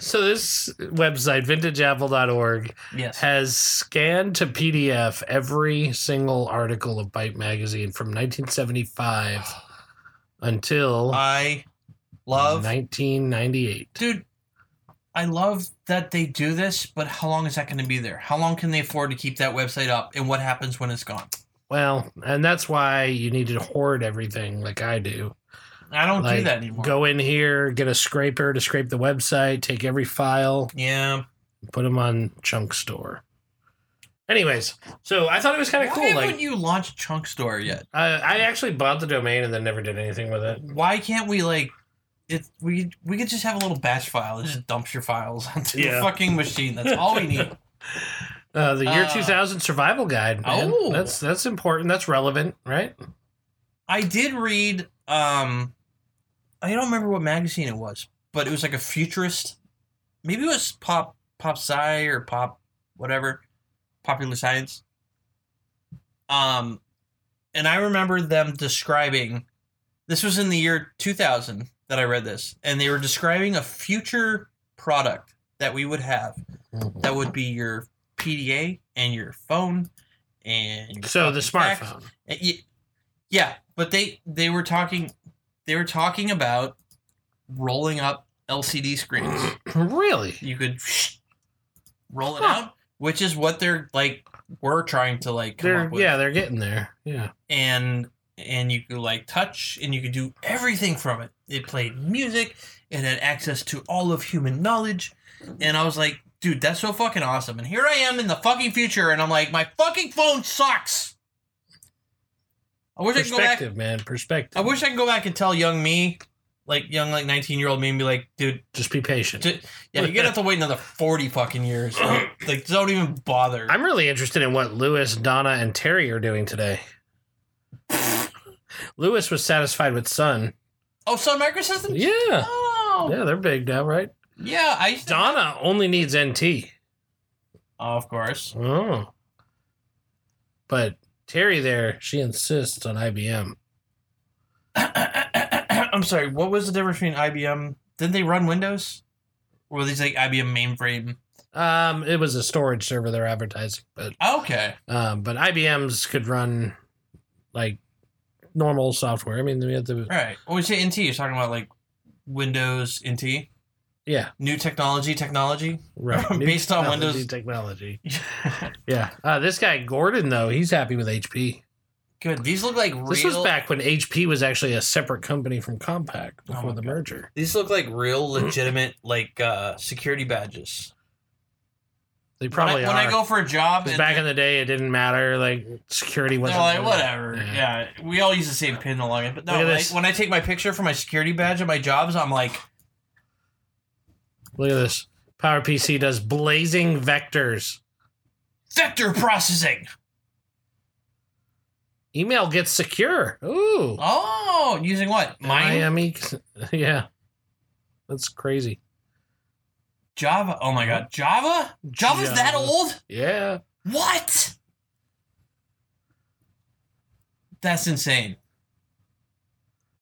[SPEAKER 2] So this website, vintageapple.org,
[SPEAKER 1] Yes.
[SPEAKER 2] has scanned to PDF every single article of Byte magazine from 1975 until
[SPEAKER 1] I love,
[SPEAKER 2] 1998.
[SPEAKER 1] dude. I love that they do this, but how long is that going to be there? How long can they afford to keep that website up, and what happens when it's gone?
[SPEAKER 2] Well, and that's why you need to hoard everything like I do.
[SPEAKER 1] I don't do
[SPEAKER 2] Like,
[SPEAKER 1] that anymore.
[SPEAKER 2] Go in here, get a scraper to scrape the website, take every file,
[SPEAKER 1] yeah.
[SPEAKER 2] put them on Chunk Store. Anyways, so I thought it was kind of
[SPEAKER 1] Why
[SPEAKER 2] cool.
[SPEAKER 1] haven't
[SPEAKER 2] Like,
[SPEAKER 1] you launched Chunk Store yet?
[SPEAKER 2] I, I actually bought the domain and then never did anything with it.
[SPEAKER 1] Why can't we like? It, we we could just have a little batch file that just dumps your files onto
[SPEAKER 2] Yeah.
[SPEAKER 1] the fucking machine. That's all we need.
[SPEAKER 2] Uh, the year
[SPEAKER 1] Uh,
[SPEAKER 2] 2000 survival guide. Man.
[SPEAKER 1] oh.
[SPEAKER 2] that's that's important. That's relevant, right?
[SPEAKER 1] I did read. um I don't remember what magazine it was, but it was like a futurist. Maybe it was pop pop sci or pop whatever, popular science. Um, and I remember them describing. This was in the year 2000 that I read this, and they were describing a future product that we would have that would be your PDA and your phone and your
[SPEAKER 2] So the
[SPEAKER 1] fucking fax.
[SPEAKER 2] smartphone.
[SPEAKER 1] Uh, ye- Yeah, but they they were talking they were talking about rolling up LCD screens.
[SPEAKER 2] really?
[SPEAKER 1] You could roll it
[SPEAKER 2] Huh.
[SPEAKER 1] out, which is what they're like were trying to like come
[SPEAKER 2] They're
[SPEAKER 1] up with.
[SPEAKER 2] yeah, they're getting there. Yeah.
[SPEAKER 1] And and you could like touch and you could do everything from it. It played music, it had access to all of human knowledge, and I was like, dude, that's so fucking awesome. And here I am in the fucking future and I'm like, my fucking phone sucks. I wish I could go back
[SPEAKER 2] Perspective, man. Perspective.
[SPEAKER 1] I wish I could go back and tell young me, like young like nineteen year old me, and be like, dude,
[SPEAKER 2] Just be patient.
[SPEAKER 1] ju- yeah, you're gonna have to wait another forty fucking years. Like, like, don't even bother.
[SPEAKER 2] I'm really interested in what Lewis, Donna, and Terry are doing today. Lewis was satisfied with Sun.
[SPEAKER 1] oh, Sun Microsystems.
[SPEAKER 2] Yeah.
[SPEAKER 1] Oh,
[SPEAKER 2] Yeah, they're big now, right?
[SPEAKER 1] yeah. I used to-
[SPEAKER 2] Donna only needs NT.
[SPEAKER 1] Oh, of course.
[SPEAKER 2] Oh. But Terry there, she insists on IBM.
[SPEAKER 1] I'm sorry. What was the difference between IBM? Didn't they run Windows? Or were these like IBM mainframe?
[SPEAKER 2] Um, it was a storage server they're advertising, but
[SPEAKER 1] Okay.
[SPEAKER 2] um, but IBM's could run like normal software. I mean, we had to,
[SPEAKER 1] All right. When we say NT, you're talking about like Windows NT,
[SPEAKER 2] yeah,
[SPEAKER 1] new technology, technology.
[SPEAKER 2] right.
[SPEAKER 1] Based on
[SPEAKER 2] technology,
[SPEAKER 1] Windows-
[SPEAKER 2] technology. Yeah, uh, this guy Gordon though, he's happy with HP.
[SPEAKER 1] Good. These look like real.
[SPEAKER 2] This was back when HP was actually a separate company from Compaq
[SPEAKER 1] Oh
[SPEAKER 2] before
[SPEAKER 1] my
[SPEAKER 2] the
[SPEAKER 1] God.
[SPEAKER 2] merger.
[SPEAKER 1] These look like real, legitimate, like uh, security badges.
[SPEAKER 2] They
[SPEAKER 1] When I-
[SPEAKER 2] probably
[SPEAKER 1] when I,
[SPEAKER 2] are.
[SPEAKER 1] go for a job,
[SPEAKER 2] 'Cause
[SPEAKER 1] and
[SPEAKER 2] back in the day, it didn't matter. Like security
[SPEAKER 1] they're
[SPEAKER 2] wasn't
[SPEAKER 1] like,
[SPEAKER 2] really-
[SPEAKER 1] whatever. Yeah. we all use the same pin to log in. But no,
[SPEAKER 2] Look at
[SPEAKER 1] like,
[SPEAKER 2] this.
[SPEAKER 1] when I take my picture for my security badge at my jobs, I'm like,
[SPEAKER 2] Look at this. PowerPC does blazing vectors.
[SPEAKER 1] vector processing.
[SPEAKER 2] Email gets secure. Ooh.
[SPEAKER 1] Oh, using what? Mine?
[SPEAKER 2] Miami. Yeah. That's crazy.
[SPEAKER 1] Java. Oh my God. Java? Java's that
[SPEAKER 2] Java.
[SPEAKER 1] old?
[SPEAKER 2] Yeah.
[SPEAKER 1] What? That's insane.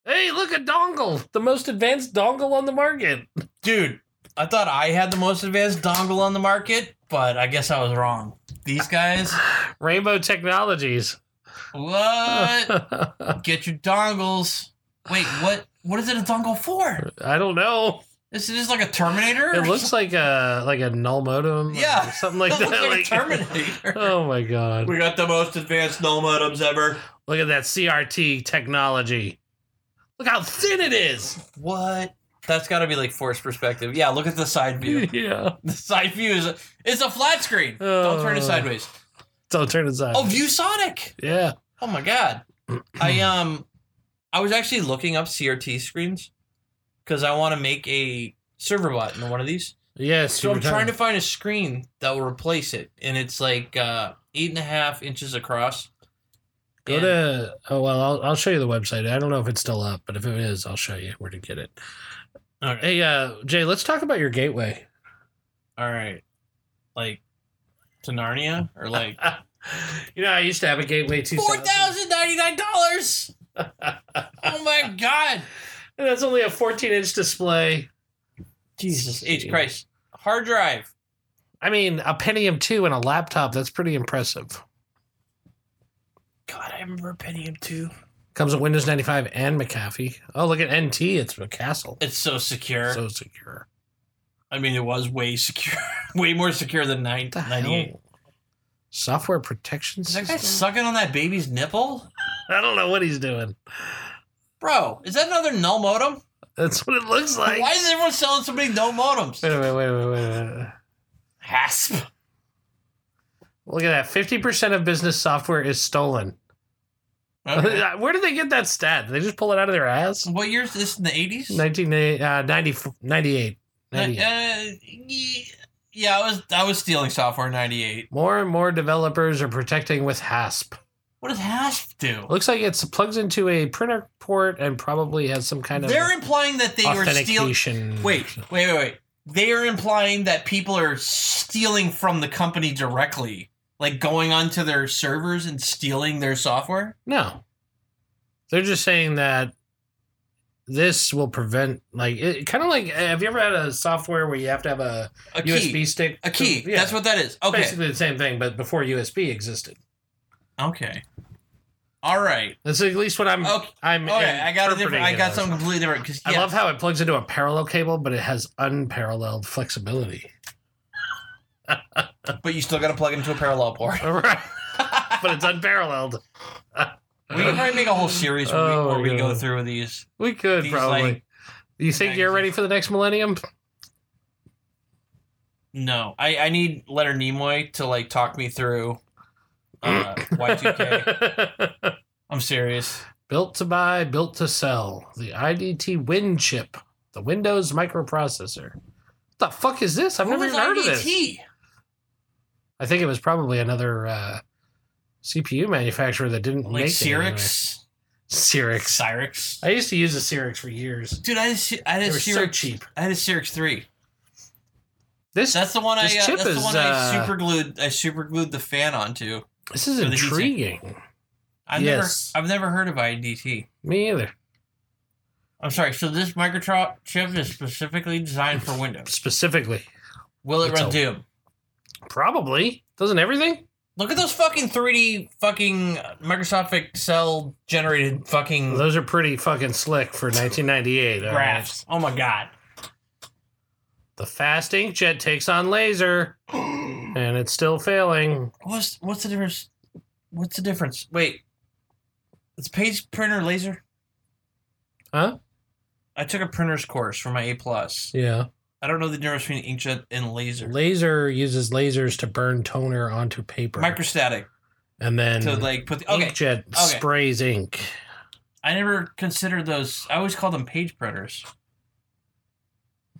[SPEAKER 2] Hey, look at dongle, the most advanced dongle on the market.
[SPEAKER 1] Dude, I thought I had the most advanced dongle on the market, but I guess I was wrong. These guys,
[SPEAKER 2] Rainbow Technologies.
[SPEAKER 1] what?
[SPEAKER 2] I
[SPEAKER 1] Get your dongles. Wait, what? What is it a dongle for?
[SPEAKER 2] don't know.
[SPEAKER 1] Is it just like a Terminator?
[SPEAKER 2] It looks like a like a null modem. or
[SPEAKER 1] Yeah.
[SPEAKER 2] something like
[SPEAKER 1] It looks
[SPEAKER 2] that.
[SPEAKER 1] like a
[SPEAKER 2] like-
[SPEAKER 1] Terminator.
[SPEAKER 2] oh my god!
[SPEAKER 1] we got the most advanced null modems ever.
[SPEAKER 2] Look at that CRT technology. Look how thin it is.
[SPEAKER 1] What? That's got to be like forced perspective. Yeah, look at the side view.
[SPEAKER 2] yeah.
[SPEAKER 1] the side view is it's a flat screen. Don't turn it
[SPEAKER 2] Oh.
[SPEAKER 1] sideways.
[SPEAKER 2] Don't turn it side.
[SPEAKER 1] Oh, ViewSonic.
[SPEAKER 2] yeah.
[SPEAKER 1] Oh my god. I um I was actually looking up CRT screens because I want to make a server bot in one of these.
[SPEAKER 2] Yes.
[SPEAKER 1] So I'm trying to find a screen that will replace it, and it's like uh, eight and a half inches across.
[SPEAKER 2] go
[SPEAKER 1] And-
[SPEAKER 2] to. Oh well, I'll, I'll show you the website. I don't know if it's still up, but if it is, I'll show you where to get it.
[SPEAKER 1] All right.
[SPEAKER 2] Hey, uh, Jay, let's talk about your gateway.
[SPEAKER 1] All right. Like to Narnia or like
[SPEAKER 2] you know, I used to have a gateway too.
[SPEAKER 1] four thousand ninety nine dollars. Oh my god.
[SPEAKER 2] That's only a 14 inch display.
[SPEAKER 1] Jesus H Christ. Hard drive.
[SPEAKER 2] I mean, a Pentium 2 and a laptop. That's pretty impressive.
[SPEAKER 1] God, I remember Pentium 2.
[SPEAKER 2] Comes with Windows 95 and McAfee. Oh, look at NT. It's McCastle.
[SPEAKER 1] It's so secure.
[SPEAKER 2] So secure.
[SPEAKER 1] I mean, it was way secure, way more secure than nine,
[SPEAKER 2] What the
[SPEAKER 1] 98.
[SPEAKER 2] hell? Software protection
[SPEAKER 1] Is that guy
[SPEAKER 2] system.
[SPEAKER 1] sucking on that baby's nipple?
[SPEAKER 2] I don't know what he's doing.
[SPEAKER 1] Bro, is that another null modem?
[SPEAKER 2] That's what it looks like.
[SPEAKER 1] Why is everyone selling so many null modems?
[SPEAKER 2] Wait a minute, wait a minute, wait a minute.
[SPEAKER 1] Hasp.
[SPEAKER 2] Look at that. 50% of business software is stolen.
[SPEAKER 1] Okay.
[SPEAKER 2] Where did they get that stat? Did they just pull it out of their ass?
[SPEAKER 1] What year is this in the 80s?
[SPEAKER 2] 1998. Uh, 90 98.
[SPEAKER 1] Uh,
[SPEAKER 2] 98.
[SPEAKER 1] yeah, yeah, I was I was stealing software in 98.
[SPEAKER 2] More and more developers are protecting with HASP.
[SPEAKER 1] What does Hasp do?
[SPEAKER 2] Looks like it's plugs into a printer port and probably has some kind of
[SPEAKER 1] They're implying that they were stealing.
[SPEAKER 2] authentication.
[SPEAKER 1] Wait, wait, wait, wait. They are implying that people are stealing from the company directly, like going onto their servers and stealing their software.
[SPEAKER 2] No. They're just saying that this will prevent like it kind of like have you ever had a software where you have to have a,
[SPEAKER 1] A key,
[SPEAKER 2] USB stick?
[SPEAKER 1] a key.
[SPEAKER 2] Yeah.
[SPEAKER 1] That's what that is. Okay,
[SPEAKER 2] Basically the same thing, but before USB existed.
[SPEAKER 1] okay, all right.
[SPEAKER 2] That's at least what I'm.
[SPEAKER 1] Okay.
[SPEAKER 2] I'm.
[SPEAKER 1] Oh, Okay, I got a
[SPEAKER 2] Hmm. interpreting
[SPEAKER 1] different. I
[SPEAKER 2] it
[SPEAKER 1] got
[SPEAKER 2] as.
[SPEAKER 1] something completely different. Cause,
[SPEAKER 2] I
[SPEAKER 1] yeah.
[SPEAKER 2] love how it plugs into a parallel cable, but it has unparalleled flexibility.
[SPEAKER 1] but you still got to plug into a parallel port.
[SPEAKER 2] Right. but it's unparalleled.
[SPEAKER 1] we can probably make a whole series where,
[SPEAKER 2] Oh
[SPEAKER 1] we, where
[SPEAKER 2] my
[SPEAKER 1] we go
[SPEAKER 2] God.
[SPEAKER 1] through these.
[SPEAKER 2] We could
[SPEAKER 1] These,
[SPEAKER 2] probably.
[SPEAKER 1] like,
[SPEAKER 2] you think you're
[SPEAKER 1] magazines.
[SPEAKER 2] ready for the next millennium?
[SPEAKER 1] No, I, I need Letter Nimoy to like talk me through uh, Y2K. I'm serious.
[SPEAKER 2] built to buy, built to sell. The IDT Win chip, the Windows microprocessor. the fuck is this? I've
[SPEAKER 1] Who
[SPEAKER 2] never
[SPEAKER 1] was
[SPEAKER 2] even heard of this.
[SPEAKER 1] IDT?
[SPEAKER 2] I think it was probably another uh, CPU manufacturer that didn't
[SPEAKER 1] Like
[SPEAKER 2] make it anyway.
[SPEAKER 1] Cyrix.
[SPEAKER 2] Cyrix.
[SPEAKER 1] Cyrix.
[SPEAKER 2] I used to use a Cyrix for years.
[SPEAKER 1] Dude, I had a, Cy- I had
[SPEAKER 2] They
[SPEAKER 1] a
[SPEAKER 2] were so
[SPEAKER 1] Cyrix.
[SPEAKER 2] cheap.
[SPEAKER 1] I had a Cyrix three.
[SPEAKER 2] This
[SPEAKER 1] That's the one I. Uh,
[SPEAKER 2] This chip
[SPEAKER 1] that's the
[SPEAKER 2] is,
[SPEAKER 1] one
[SPEAKER 2] uh,
[SPEAKER 1] I super glued. I super glued the fan onto.
[SPEAKER 2] this is
[SPEAKER 1] for the heat sink.
[SPEAKER 2] intriguing.
[SPEAKER 1] I've
[SPEAKER 2] Yes.
[SPEAKER 1] never. I've never heard of IDT.
[SPEAKER 2] Me either.
[SPEAKER 1] I'm sorry. So this microchip is specifically designed for Windows.
[SPEAKER 2] Specifically,
[SPEAKER 1] Will it
[SPEAKER 2] It's
[SPEAKER 1] run
[SPEAKER 2] a-
[SPEAKER 1] Doom?
[SPEAKER 2] probably doesn't everything.
[SPEAKER 1] Look at those fucking 3D fucking Microsoft Excel generated fucking
[SPEAKER 2] Those are pretty fucking slick for 1998. all right.
[SPEAKER 1] graphs. Oh my god.
[SPEAKER 2] The fast inkjet takes on laser, and it's still failing.
[SPEAKER 1] What's what's the difference? What's the difference? Wait. It's page printer laser?
[SPEAKER 2] Huh?
[SPEAKER 1] I took a printer's course for my A plus.
[SPEAKER 2] Yeah.
[SPEAKER 1] I don't know the difference between inkjet and laser.
[SPEAKER 2] Laser uses lasers to burn toner onto paper,
[SPEAKER 1] Microstatic
[SPEAKER 2] and then
[SPEAKER 1] to like put the okay.
[SPEAKER 2] inkjet sprays ink.
[SPEAKER 1] I never considered those. I always call them page printers.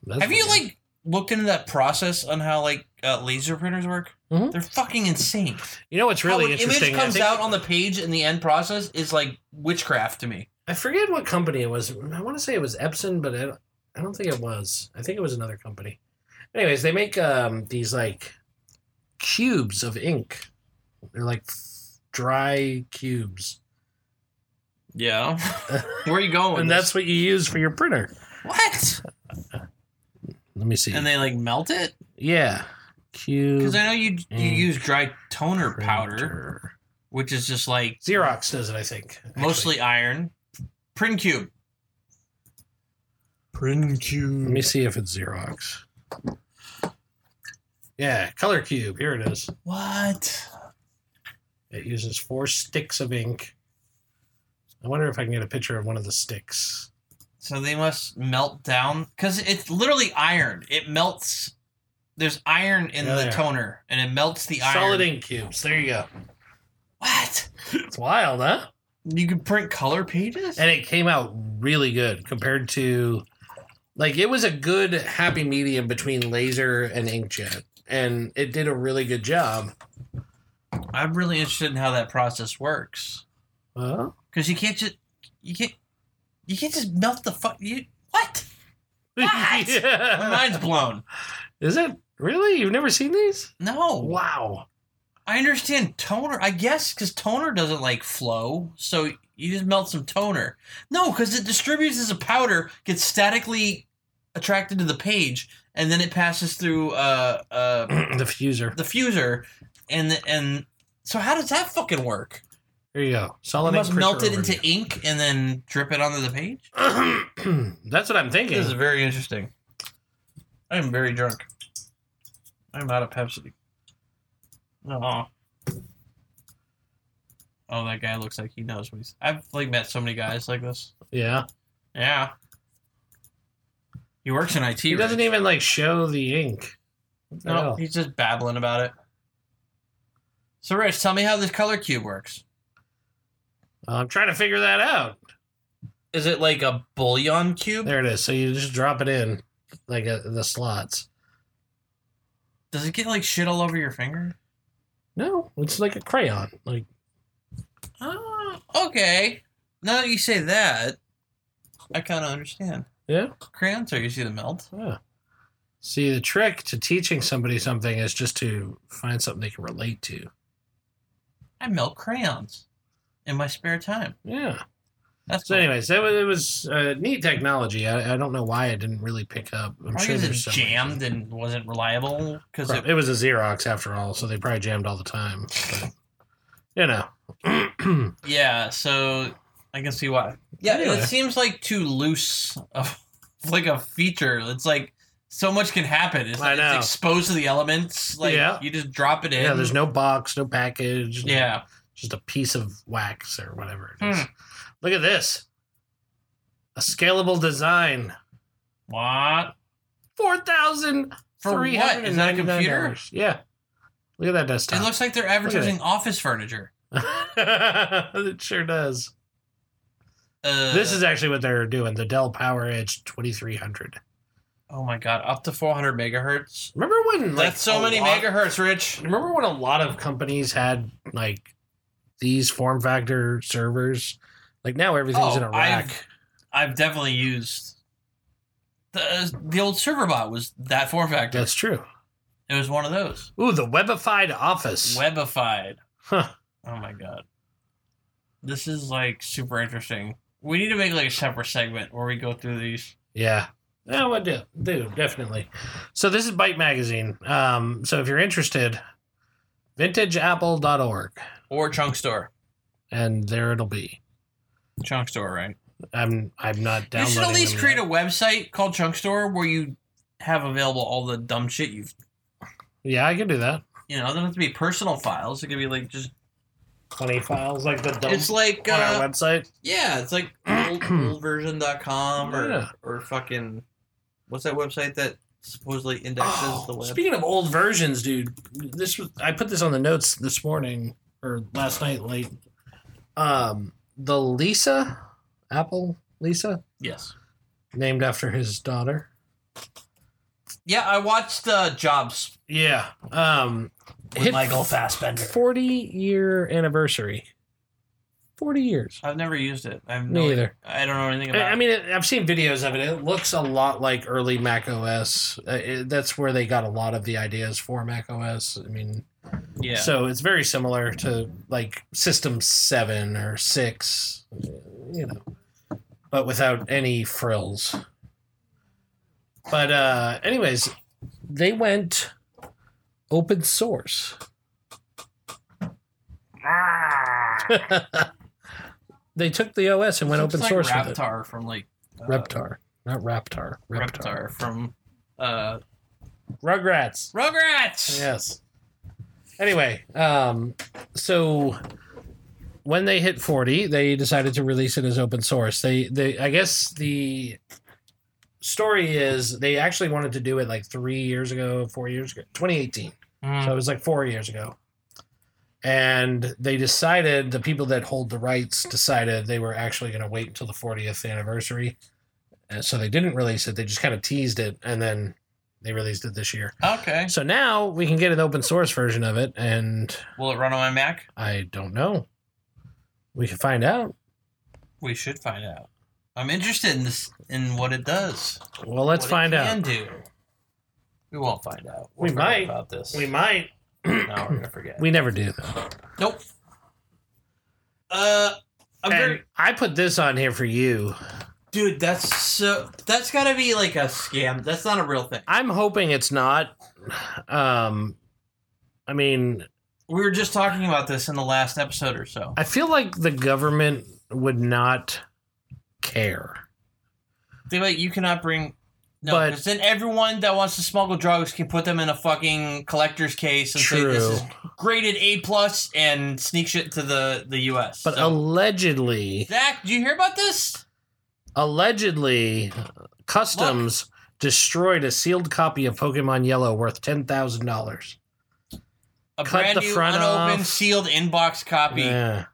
[SPEAKER 2] That's
[SPEAKER 1] Have you
[SPEAKER 2] weird.
[SPEAKER 1] like looked into that process on how like uh, laser printers work?
[SPEAKER 2] Mhm.
[SPEAKER 1] They're fucking insane.
[SPEAKER 2] You know what's
[SPEAKER 1] How
[SPEAKER 2] really
[SPEAKER 1] an
[SPEAKER 2] interesting?
[SPEAKER 1] image
[SPEAKER 2] I
[SPEAKER 1] comes
[SPEAKER 2] think-
[SPEAKER 1] out on the page in the end process is like witchcraft to me.
[SPEAKER 2] I forget what company it was. I want to say it was Epson, but I don't, I don't think it was. I think it was another company. Anyways, they make um, these like cubes of ink. They're like f- dry cubes,
[SPEAKER 1] Yeah. Where are you going? with
[SPEAKER 2] and
[SPEAKER 1] Oh, this?
[SPEAKER 2] that's what you use for your printer.
[SPEAKER 1] what.
[SPEAKER 2] Let me see.
[SPEAKER 1] And they like melt it
[SPEAKER 2] yeah, cube
[SPEAKER 1] because I know you you
[SPEAKER 2] Mm.
[SPEAKER 1] use dry toner powder,
[SPEAKER 2] printer.
[SPEAKER 1] which is just like
[SPEAKER 2] Xerox does it, I think. actually.
[SPEAKER 1] mostly iron. Print cube. Print
[SPEAKER 2] Let
[SPEAKER 1] cube.
[SPEAKER 2] me see if it's Xerox. Yeah, color cube. Here it is.
[SPEAKER 1] What?
[SPEAKER 2] It uses four sticks of ink. I wonder if I can get a picture of one of the sticks.
[SPEAKER 1] So they must melt down because it's literally iron. It melts. There's iron in
[SPEAKER 2] Yeah,
[SPEAKER 1] the
[SPEAKER 2] yeah.
[SPEAKER 1] toner, and it melts the iron.
[SPEAKER 2] Solid ink cubes. There you go.
[SPEAKER 1] What?
[SPEAKER 2] It's wild, huh?
[SPEAKER 1] You can print color pages.
[SPEAKER 2] And it came out really good compared to Like it was a good happy medium between laser and inkjet, and it did a really good job.
[SPEAKER 1] I'm really interested in how that process works
[SPEAKER 2] Well,
[SPEAKER 1] because you can't just you can't you can't just melt the fuck you what? What? My mind's blown.
[SPEAKER 2] Is it really? You've never seen these?
[SPEAKER 1] No,
[SPEAKER 2] Oh, Wow.
[SPEAKER 1] I understand toner. I guess because toner doesn't like flow, so you just melt some toner. No, because it distributes as a powder, gets statically attracted to the page, and then it passes through uh uh
[SPEAKER 2] the fuser.
[SPEAKER 1] the fuser, and and so how does that fucking work?
[SPEAKER 2] There you go.
[SPEAKER 1] You
[SPEAKER 2] Solid
[SPEAKER 1] must
[SPEAKER 2] ink
[SPEAKER 1] melt it
[SPEAKER 2] pressure
[SPEAKER 1] into ink and then drip it onto the page.
[SPEAKER 2] overview. That's what I'm thinking.
[SPEAKER 1] This is very interesting. I am very drunk. I'm out of Pepsi. No. Oh, that guy looks like he knows what he's. I've like met so many guys like this.
[SPEAKER 2] Yeah.
[SPEAKER 1] Yeah. He works in IT.
[SPEAKER 2] He doesn't
[SPEAKER 1] right?
[SPEAKER 2] even like show the ink. What the
[SPEAKER 1] No,
[SPEAKER 2] hell?
[SPEAKER 1] he's just babbling about it. So, Rich, tell me how this color cube works.
[SPEAKER 2] I'm trying to figure that out.
[SPEAKER 1] Is it like a bullion cube?
[SPEAKER 2] There it is. So you just drop it in, like uh, the slots.
[SPEAKER 1] Does it get like shit all over your finger?
[SPEAKER 2] No, it's like a crayon. Like
[SPEAKER 1] Oh, okay. Now that you say that, I kind of understand.
[SPEAKER 2] Yeah.
[SPEAKER 1] Crayons are easy to melt.
[SPEAKER 2] yeah. See, the trick to teaching somebody something is just to find something they can relate to.
[SPEAKER 1] I melt crayons in my spare time.
[SPEAKER 2] Yeah.
[SPEAKER 1] That's
[SPEAKER 2] So, anyways, that was it was uh, neat technology. I, I don't know why I didn't really pick up. I'm
[SPEAKER 1] Probably
[SPEAKER 2] sure
[SPEAKER 1] 'cause
[SPEAKER 2] there's
[SPEAKER 1] it
[SPEAKER 2] some
[SPEAKER 1] jammed and wasn't reliable because
[SPEAKER 2] Prob-
[SPEAKER 1] it
[SPEAKER 2] It, was a Xerox after all, so they probably jammed all the time. But, you know.
[SPEAKER 1] Yeah, so I can see why. Yeah,
[SPEAKER 2] Anyway.
[SPEAKER 1] it seems like too loose of like a feature. It's like so much can happen. It's,
[SPEAKER 2] I know.
[SPEAKER 1] it's exposed to the elements. Like
[SPEAKER 2] Yeah.
[SPEAKER 1] you just drop it in.
[SPEAKER 2] yeah, there's no box, no package. no-
[SPEAKER 1] Yeah.
[SPEAKER 2] just a piece of wax or whatever it is.
[SPEAKER 1] Hmm.
[SPEAKER 2] Look at this. A scalable design.
[SPEAKER 1] What?
[SPEAKER 2] Four thousand
[SPEAKER 1] For
[SPEAKER 2] three
[SPEAKER 1] what?
[SPEAKER 2] hundred
[SPEAKER 1] Is
[SPEAKER 2] and
[SPEAKER 1] that a
[SPEAKER 2] ninety nine
[SPEAKER 1] computer?
[SPEAKER 2] dollars. Yeah. Look at that
[SPEAKER 1] It
[SPEAKER 2] desktop.
[SPEAKER 1] looks like they're
[SPEAKER 2] at
[SPEAKER 1] advertising office furniture.
[SPEAKER 2] it sure does.
[SPEAKER 1] Uh,
[SPEAKER 2] this is actually what they're doing. The Dell Power Edge twenty three hundred.
[SPEAKER 1] oh my god, up to 400 megahertz.
[SPEAKER 2] Remember when like
[SPEAKER 1] That's so
[SPEAKER 2] a
[SPEAKER 1] many
[SPEAKER 2] lot-
[SPEAKER 1] megahertz, Rich.
[SPEAKER 2] Remember when a lot of companies had like these form factor servers? Like now everything's
[SPEAKER 1] Oh,
[SPEAKER 2] in a rack.
[SPEAKER 1] I've- I've definitely used the the old server bot was that form factor.
[SPEAKER 2] That's true.
[SPEAKER 1] It was one of those.
[SPEAKER 2] Ooh, the webified office.
[SPEAKER 1] Webified.
[SPEAKER 2] Huh.
[SPEAKER 1] Oh my god. This is like super interesting. We need to make like a separate segment where we go through these.
[SPEAKER 2] Yeah. Yeah, what do do definitely. So this is Byte Magazine. Um, so if you're interested, vintageapple.org,
[SPEAKER 1] Or Chunk Store.
[SPEAKER 2] and there it'll be.
[SPEAKER 1] Chunk Store, right?
[SPEAKER 2] I'm I'm not
[SPEAKER 1] You
[SPEAKER 2] downloading.
[SPEAKER 1] should at least
[SPEAKER 2] them
[SPEAKER 1] create
[SPEAKER 2] yet.
[SPEAKER 1] a website called Chunk Store where you have available all the dumb shit you've
[SPEAKER 2] Yeah, I can do that.
[SPEAKER 1] you know, it doesn't have to be personal files. It could be like just
[SPEAKER 2] Honey files like the dump
[SPEAKER 1] it's like
[SPEAKER 2] on our
[SPEAKER 1] uh,
[SPEAKER 2] website.
[SPEAKER 1] yeah, it's like old, oldversion.com or
[SPEAKER 2] Yeah.
[SPEAKER 1] or fucking what's that website that supposedly indexes
[SPEAKER 2] Oh,
[SPEAKER 1] the web?
[SPEAKER 2] speaking of old versions, dude, this was I put this on the notes this morning or last night late. Um, the Lisa Apple Lisa,
[SPEAKER 1] yes.
[SPEAKER 2] named after his daughter.
[SPEAKER 1] Yeah, I watched uh, Jobs
[SPEAKER 2] Yeah. Um hit
[SPEAKER 1] Fassbender.
[SPEAKER 2] 40 year anniversary. 40 years.
[SPEAKER 1] I've never used it. I've
[SPEAKER 2] Me
[SPEAKER 1] no,
[SPEAKER 2] either.
[SPEAKER 1] I don't know anything
[SPEAKER 2] I,
[SPEAKER 1] about.
[SPEAKER 2] I
[SPEAKER 1] it.
[SPEAKER 2] mean, it, I've seen videos of it. It looks a lot like early Mac OS. Uh, it, that's where they got a lot of the ideas for Mac OS. I mean,
[SPEAKER 1] yeah.
[SPEAKER 2] so it's very similar to like System 7 or 6, you know, but without any frills. But, uh, anyways, they went open source. they took the OS and went
[SPEAKER 1] It's
[SPEAKER 2] open
[SPEAKER 1] Ah. like
[SPEAKER 2] source with it.
[SPEAKER 1] Raptor from like uh,
[SPEAKER 2] Reptar. Not Raptor. Reptar.
[SPEAKER 1] Reptar from uh,
[SPEAKER 2] Rugrats.
[SPEAKER 1] Rugrats.
[SPEAKER 2] Yes. Anyway, um, so when they hit 40, they decided to release it as open source. They, they, I guess the story is they actually wanted to do it like three years ago, four years ago, 2018. So it was like four years ago. And they decided, the people that hold the rights decided they were actually going to wait until the 40th anniversary Uh, So they didn't release it. They just kind of teased it, and then they released it this year.
[SPEAKER 1] Okay.
[SPEAKER 2] So now we can get an open source version of it, and
[SPEAKER 1] Will it run on my Mac?
[SPEAKER 2] I don't know. We can find out.
[SPEAKER 1] We should find out. I'm interested in this in what it does.
[SPEAKER 2] Well, let's
[SPEAKER 1] what
[SPEAKER 2] find
[SPEAKER 1] it
[SPEAKER 2] out.
[SPEAKER 1] Can do. We won't find out.
[SPEAKER 2] We
[SPEAKER 1] We'll forget
[SPEAKER 2] might.
[SPEAKER 1] about this.
[SPEAKER 2] We might.
[SPEAKER 1] now we're gonna forget.
[SPEAKER 2] We never do. Though.
[SPEAKER 1] nope. Uh, I'm
[SPEAKER 2] And
[SPEAKER 1] very,
[SPEAKER 2] I put this on here for you.
[SPEAKER 1] dude. That's so. That's gotta be like a scam. That's not a real thing.
[SPEAKER 2] I'm hoping it's not. Um, I mean,
[SPEAKER 1] We were just talking about this in the last episode or so.
[SPEAKER 2] I feel like the government would not care.
[SPEAKER 1] They like you cannot bring. No,
[SPEAKER 2] But-
[SPEAKER 1] because then everyone that wants to smuggle drugs can put them in a fucking collector's case and say this
[SPEAKER 2] True.
[SPEAKER 1] is graded A plus and sneak shit to the the U.S.
[SPEAKER 2] But
[SPEAKER 1] So-
[SPEAKER 2] allegedly,
[SPEAKER 1] Zach, do you hear about this?
[SPEAKER 2] allegedly, customs destroyed a sealed copy of Pokemon Yellow worth ten thousand dollars.
[SPEAKER 1] A
[SPEAKER 2] Cut
[SPEAKER 1] brand
[SPEAKER 2] the
[SPEAKER 1] new
[SPEAKER 2] front
[SPEAKER 1] unopened
[SPEAKER 2] off.
[SPEAKER 1] sealed inbox copy,
[SPEAKER 2] Yeah,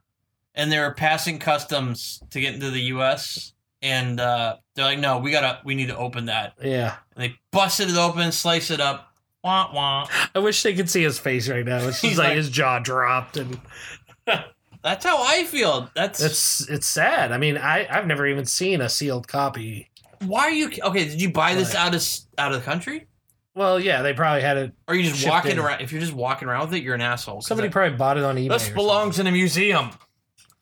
[SPEAKER 1] and they were passing customs to get into the U.S. And uh, they're like, "No, we gotta, we need to open that."
[SPEAKER 2] yeah.
[SPEAKER 1] And they busted it open, slice it up. Wah wah.
[SPEAKER 2] I wish they could see his face right now. It's
[SPEAKER 1] He's
[SPEAKER 2] just like,
[SPEAKER 1] like-
[SPEAKER 2] his jaw dropped, and
[SPEAKER 1] That's how I feel. That's,
[SPEAKER 2] it's it's sad. I mean, I I've never even seen a sealed copy.
[SPEAKER 1] why are you okay? Did you buy this
[SPEAKER 2] Right.
[SPEAKER 1] out of s- out of the country,
[SPEAKER 2] Well, yeah, they probably had it.
[SPEAKER 1] or are you just
[SPEAKER 2] Shipped
[SPEAKER 1] walking
[SPEAKER 2] in.
[SPEAKER 1] around? If you're just walking around with it, you're an asshole. 'Cause
[SPEAKER 2] Somebody
[SPEAKER 1] that-
[SPEAKER 2] probably bought it on eBay.
[SPEAKER 1] this
[SPEAKER 2] or
[SPEAKER 1] belongs in a museum,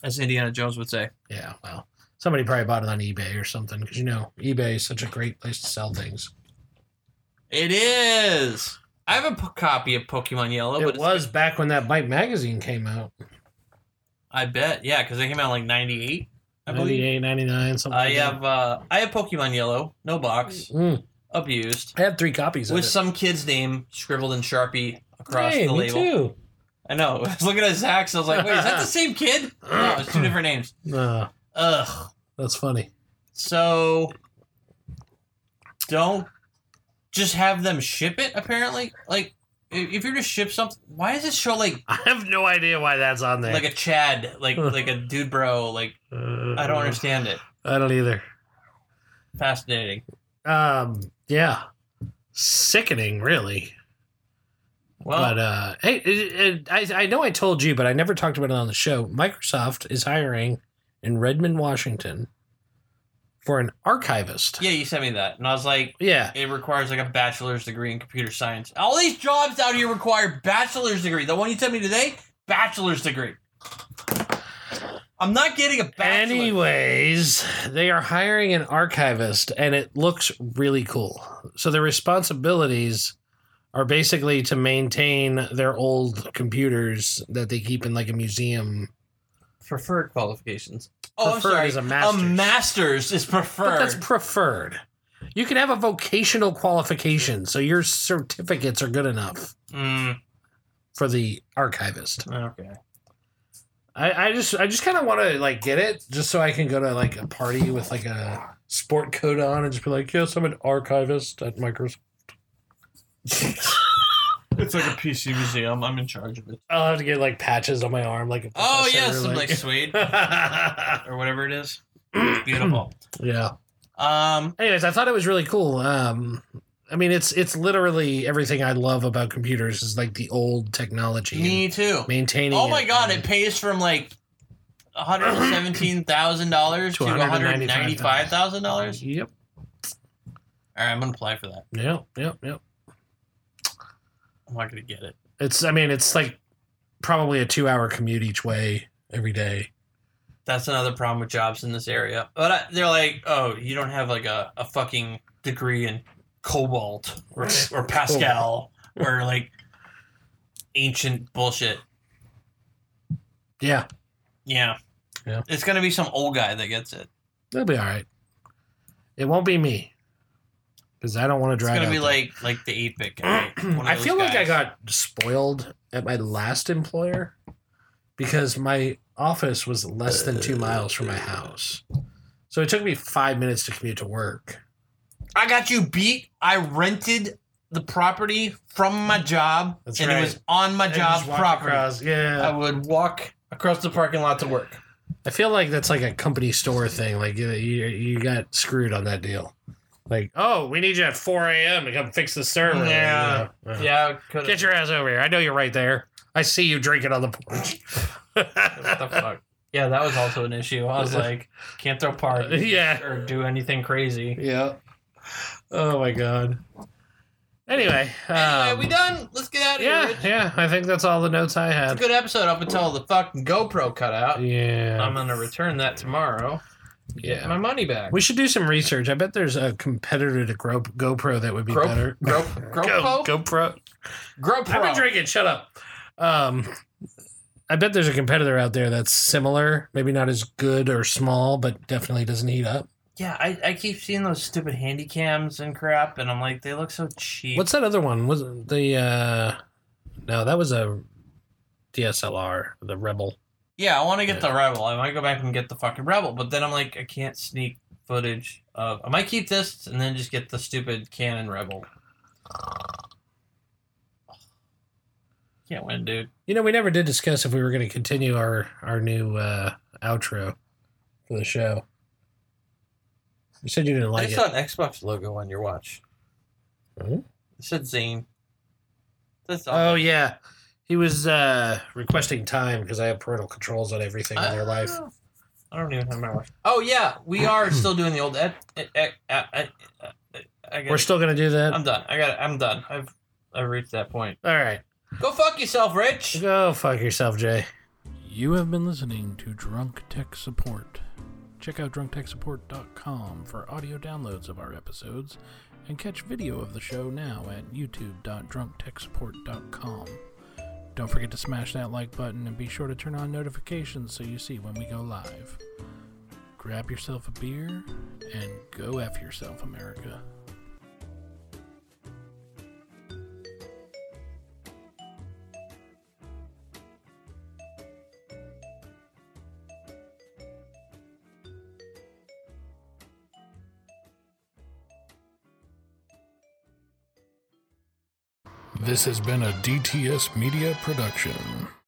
[SPEAKER 1] as Indiana Jones would say.
[SPEAKER 2] something. Yeah, well, somebody probably bought it on eBay or something because you know eBay is such a great place to sell things.
[SPEAKER 1] It is. I have a p- copy of Pokemon Yellow, but
[SPEAKER 2] it
[SPEAKER 1] it's
[SPEAKER 2] was back when that Bite magazine came out.
[SPEAKER 1] I bet, yeah, because they came out in, like '98, I believe.
[SPEAKER 2] 98, 99, something.
[SPEAKER 1] I
[SPEAKER 2] like that.
[SPEAKER 1] have uh, I have Pokemon Yellow, no box,
[SPEAKER 2] Mm.
[SPEAKER 1] abused,
[SPEAKER 2] I had three copies of
[SPEAKER 1] with
[SPEAKER 2] it.
[SPEAKER 1] some kid's name scribbled in Sharpie across
[SPEAKER 2] hey,
[SPEAKER 1] the
[SPEAKER 2] me
[SPEAKER 1] label.
[SPEAKER 2] too.
[SPEAKER 1] I know. I was looking at Zach's. I was like, wait, is that the same kid? No, it's two different names.
[SPEAKER 2] Uh,
[SPEAKER 1] Ugh.
[SPEAKER 2] that's funny.
[SPEAKER 1] So don't just have them ship it. Apparently, like i- if you're to ship something, why does it show like
[SPEAKER 2] I have no idea why that's on there.
[SPEAKER 1] like a Chad, like like a dude bro? Like
[SPEAKER 2] Uh,
[SPEAKER 1] I don't understand it.
[SPEAKER 2] I don't either.
[SPEAKER 1] Fascinating.
[SPEAKER 2] Um, yeah, sickening, really.
[SPEAKER 1] Well,
[SPEAKER 2] but uh, hey, it, it, I I know I told you, but I never talked about it on the show. Microsoft is hiring in Redmond, Washington, for an archivist.
[SPEAKER 1] yeah, you sent me that, and I was like,
[SPEAKER 2] yeah.
[SPEAKER 1] it requires like a bachelor's degree in computer science. All these jobs out here require bachelor's degree. The one you sent me today, bachelor's degree. I'm not getting a bachelor's.
[SPEAKER 2] Anyways, they are hiring an archivist and it looks really cool. So their responsibilities are basically to maintain their old computers that they keep in like a museum.
[SPEAKER 1] preferred qualifications. Oh,
[SPEAKER 2] Preferred
[SPEAKER 1] I'm
[SPEAKER 2] is a
[SPEAKER 1] sorry.
[SPEAKER 2] master's.
[SPEAKER 1] A master's is preferred.
[SPEAKER 2] But that's preferred. You can have a vocational qualification, so your certificates are good enough
[SPEAKER 1] Mm,
[SPEAKER 2] for the archivist.
[SPEAKER 1] okay.
[SPEAKER 2] I, I just I just kinda wanna like get it just so I can go to like a party with like a sport coat on and just be like, yes, I'm an archivist at Microsoft.
[SPEAKER 4] It's like a PC museum. I'm in charge of it.
[SPEAKER 2] I'll have to get like patches on my arm, like a
[SPEAKER 1] Oh
[SPEAKER 2] professor,
[SPEAKER 1] yes, I'm like suede or whatever it is. Beautiful.
[SPEAKER 2] yeah.
[SPEAKER 1] Um,
[SPEAKER 2] Anyways, I thought it was really cool. Um, I mean, it's it's literally everything I love about computers is like the old technology,
[SPEAKER 1] me too.
[SPEAKER 2] and maintaining.
[SPEAKER 1] Oh my
[SPEAKER 2] it
[SPEAKER 1] god, it
[SPEAKER 2] and-
[SPEAKER 1] pays from like. One hundred seventeen thousand dollars to
[SPEAKER 2] To
[SPEAKER 1] one hundred ninety-five thousand dollars.
[SPEAKER 2] Yep,
[SPEAKER 1] All right, I'm gonna apply for that.
[SPEAKER 2] yep, yep, yep.
[SPEAKER 1] I'm not gonna get it.
[SPEAKER 2] It's I mean, it's like probably a two hour commute each way every day.
[SPEAKER 1] That's another problem with jobs in this area. But I, they're like, oh, you don't have like a, a fucking degree in cobalt or, or Pascal or like ancient bullshit.
[SPEAKER 2] Yeah,
[SPEAKER 1] Yeah.
[SPEAKER 2] Yeah.
[SPEAKER 1] It's going to be some old guy that gets it.
[SPEAKER 2] it'll be all right. It won't be me because I don't want to
[SPEAKER 1] It's
[SPEAKER 2] drive.
[SPEAKER 1] going to
[SPEAKER 2] out
[SPEAKER 1] be
[SPEAKER 2] there.
[SPEAKER 1] like like the 8 bit guy. one of
[SPEAKER 2] I
[SPEAKER 1] those
[SPEAKER 2] feel like I
[SPEAKER 1] guys.
[SPEAKER 2] got spoiled at my last employer because my office was less than two miles from my house. So it took me five minutes to commute to work.
[SPEAKER 1] I got you beat. I rented the property from my job
[SPEAKER 2] That's
[SPEAKER 1] and
[SPEAKER 2] right.
[SPEAKER 1] it was on my
[SPEAKER 2] I
[SPEAKER 1] job
[SPEAKER 2] just walked
[SPEAKER 1] property.
[SPEAKER 2] across,
[SPEAKER 1] I
[SPEAKER 2] Yeah.
[SPEAKER 1] would walk across the parking lot to work.
[SPEAKER 2] I feel like that's like a company store thing. Like you, you, you got screwed on that deal. Like, oh, we need you at 4 a.m. to come fix the server.
[SPEAKER 1] Yeah.
[SPEAKER 2] You know, uh,
[SPEAKER 1] Yeah, could
[SPEAKER 2] Get your ass over here. I know you're right there. I see you drinking on the porch.
[SPEAKER 1] what the fuck? Yeah, that was also an issue. I was like, can't throw parties
[SPEAKER 2] Yeah.
[SPEAKER 1] or do anything crazy.
[SPEAKER 2] yeah. Oh my god. Anyway.
[SPEAKER 1] anyway,
[SPEAKER 2] um,
[SPEAKER 1] we done. Let's get out of
[SPEAKER 2] Yeah,
[SPEAKER 1] here. Rich.
[SPEAKER 2] yeah. I think that's all the notes I
[SPEAKER 1] It's a
[SPEAKER 2] had.
[SPEAKER 1] good episode up until the fucking GoPro cut out.
[SPEAKER 2] Yeah.
[SPEAKER 1] I'm gonna return that tomorrow. Get
[SPEAKER 2] yeah.
[SPEAKER 1] my money back.
[SPEAKER 2] We should do some research. I bet there's a competitor to Gro- GoPro that would be
[SPEAKER 1] Gro-
[SPEAKER 2] better.
[SPEAKER 1] Gro-
[SPEAKER 2] Go-
[SPEAKER 1] GoPro?
[SPEAKER 2] GoPro. I've been
[SPEAKER 1] GoPro.
[SPEAKER 2] drinking. Shut up. Um, I bet there's a competitor out there that's similar, maybe not as good or small, but definitely doesn't heat up.
[SPEAKER 1] Yeah, I, I keep seeing those stupid handy cams and crap, and I'm like, they look so cheap.
[SPEAKER 2] What's that other one? Was it the uh, no, that was a DSLR, the Rebel.
[SPEAKER 1] Yeah, I want to get the Rebel. I might go back and get the fucking Rebel, but then I'm like, I can't sneak footage of. I might keep this and then just get the stupid Canon Rebel. Can't win, dude.
[SPEAKER 2] You know, we never did discuss if we were going to continue our our new uh, outro for the show. You said you didn't
[SPEAKER 1] I
[SPEAKER 2] like
[SPEAKER 1] just
[SPEAKER 2] it.
[SPEAKER 1] saw an Xbox logo on your watch.
[SPEAKER 2] Hmm?
[SPEAKER 1] It said Zane. That's
[SPEAKER 2] Oh yeah, he was uh, requesting time because I have parental controls on everything in their life.
[SPEAKER 1] Oh, I don't even have my watch. Oh yeah, we are still doing the old. Et, et, et, et, et, et- et- I
[SPEAKER 2] We're
[SPEAKER 1] got.
[SPEAKER 2] still going to do that.
[SPEAKER 1] I'm done. I got. I'm done. I've. I've reached that point.
[SPEAKER 2] All right.
[SPEAKER 1] Go fuck yourself, Rich.
[SPEAKER 2] Go fuck yourself, Jay.
[SPEAKER 5] You have been listening to Drunk Tech Support. Check out drunktechsupport.com for audio downloads of our episodes and catch video of the show now at youtube.drunktechsupport.com. Don't forget to smash that like button and be sure to turn on notifications so you see when we go live. Grab yourself a beer and go F yourself, America. This has been a DTS Media production.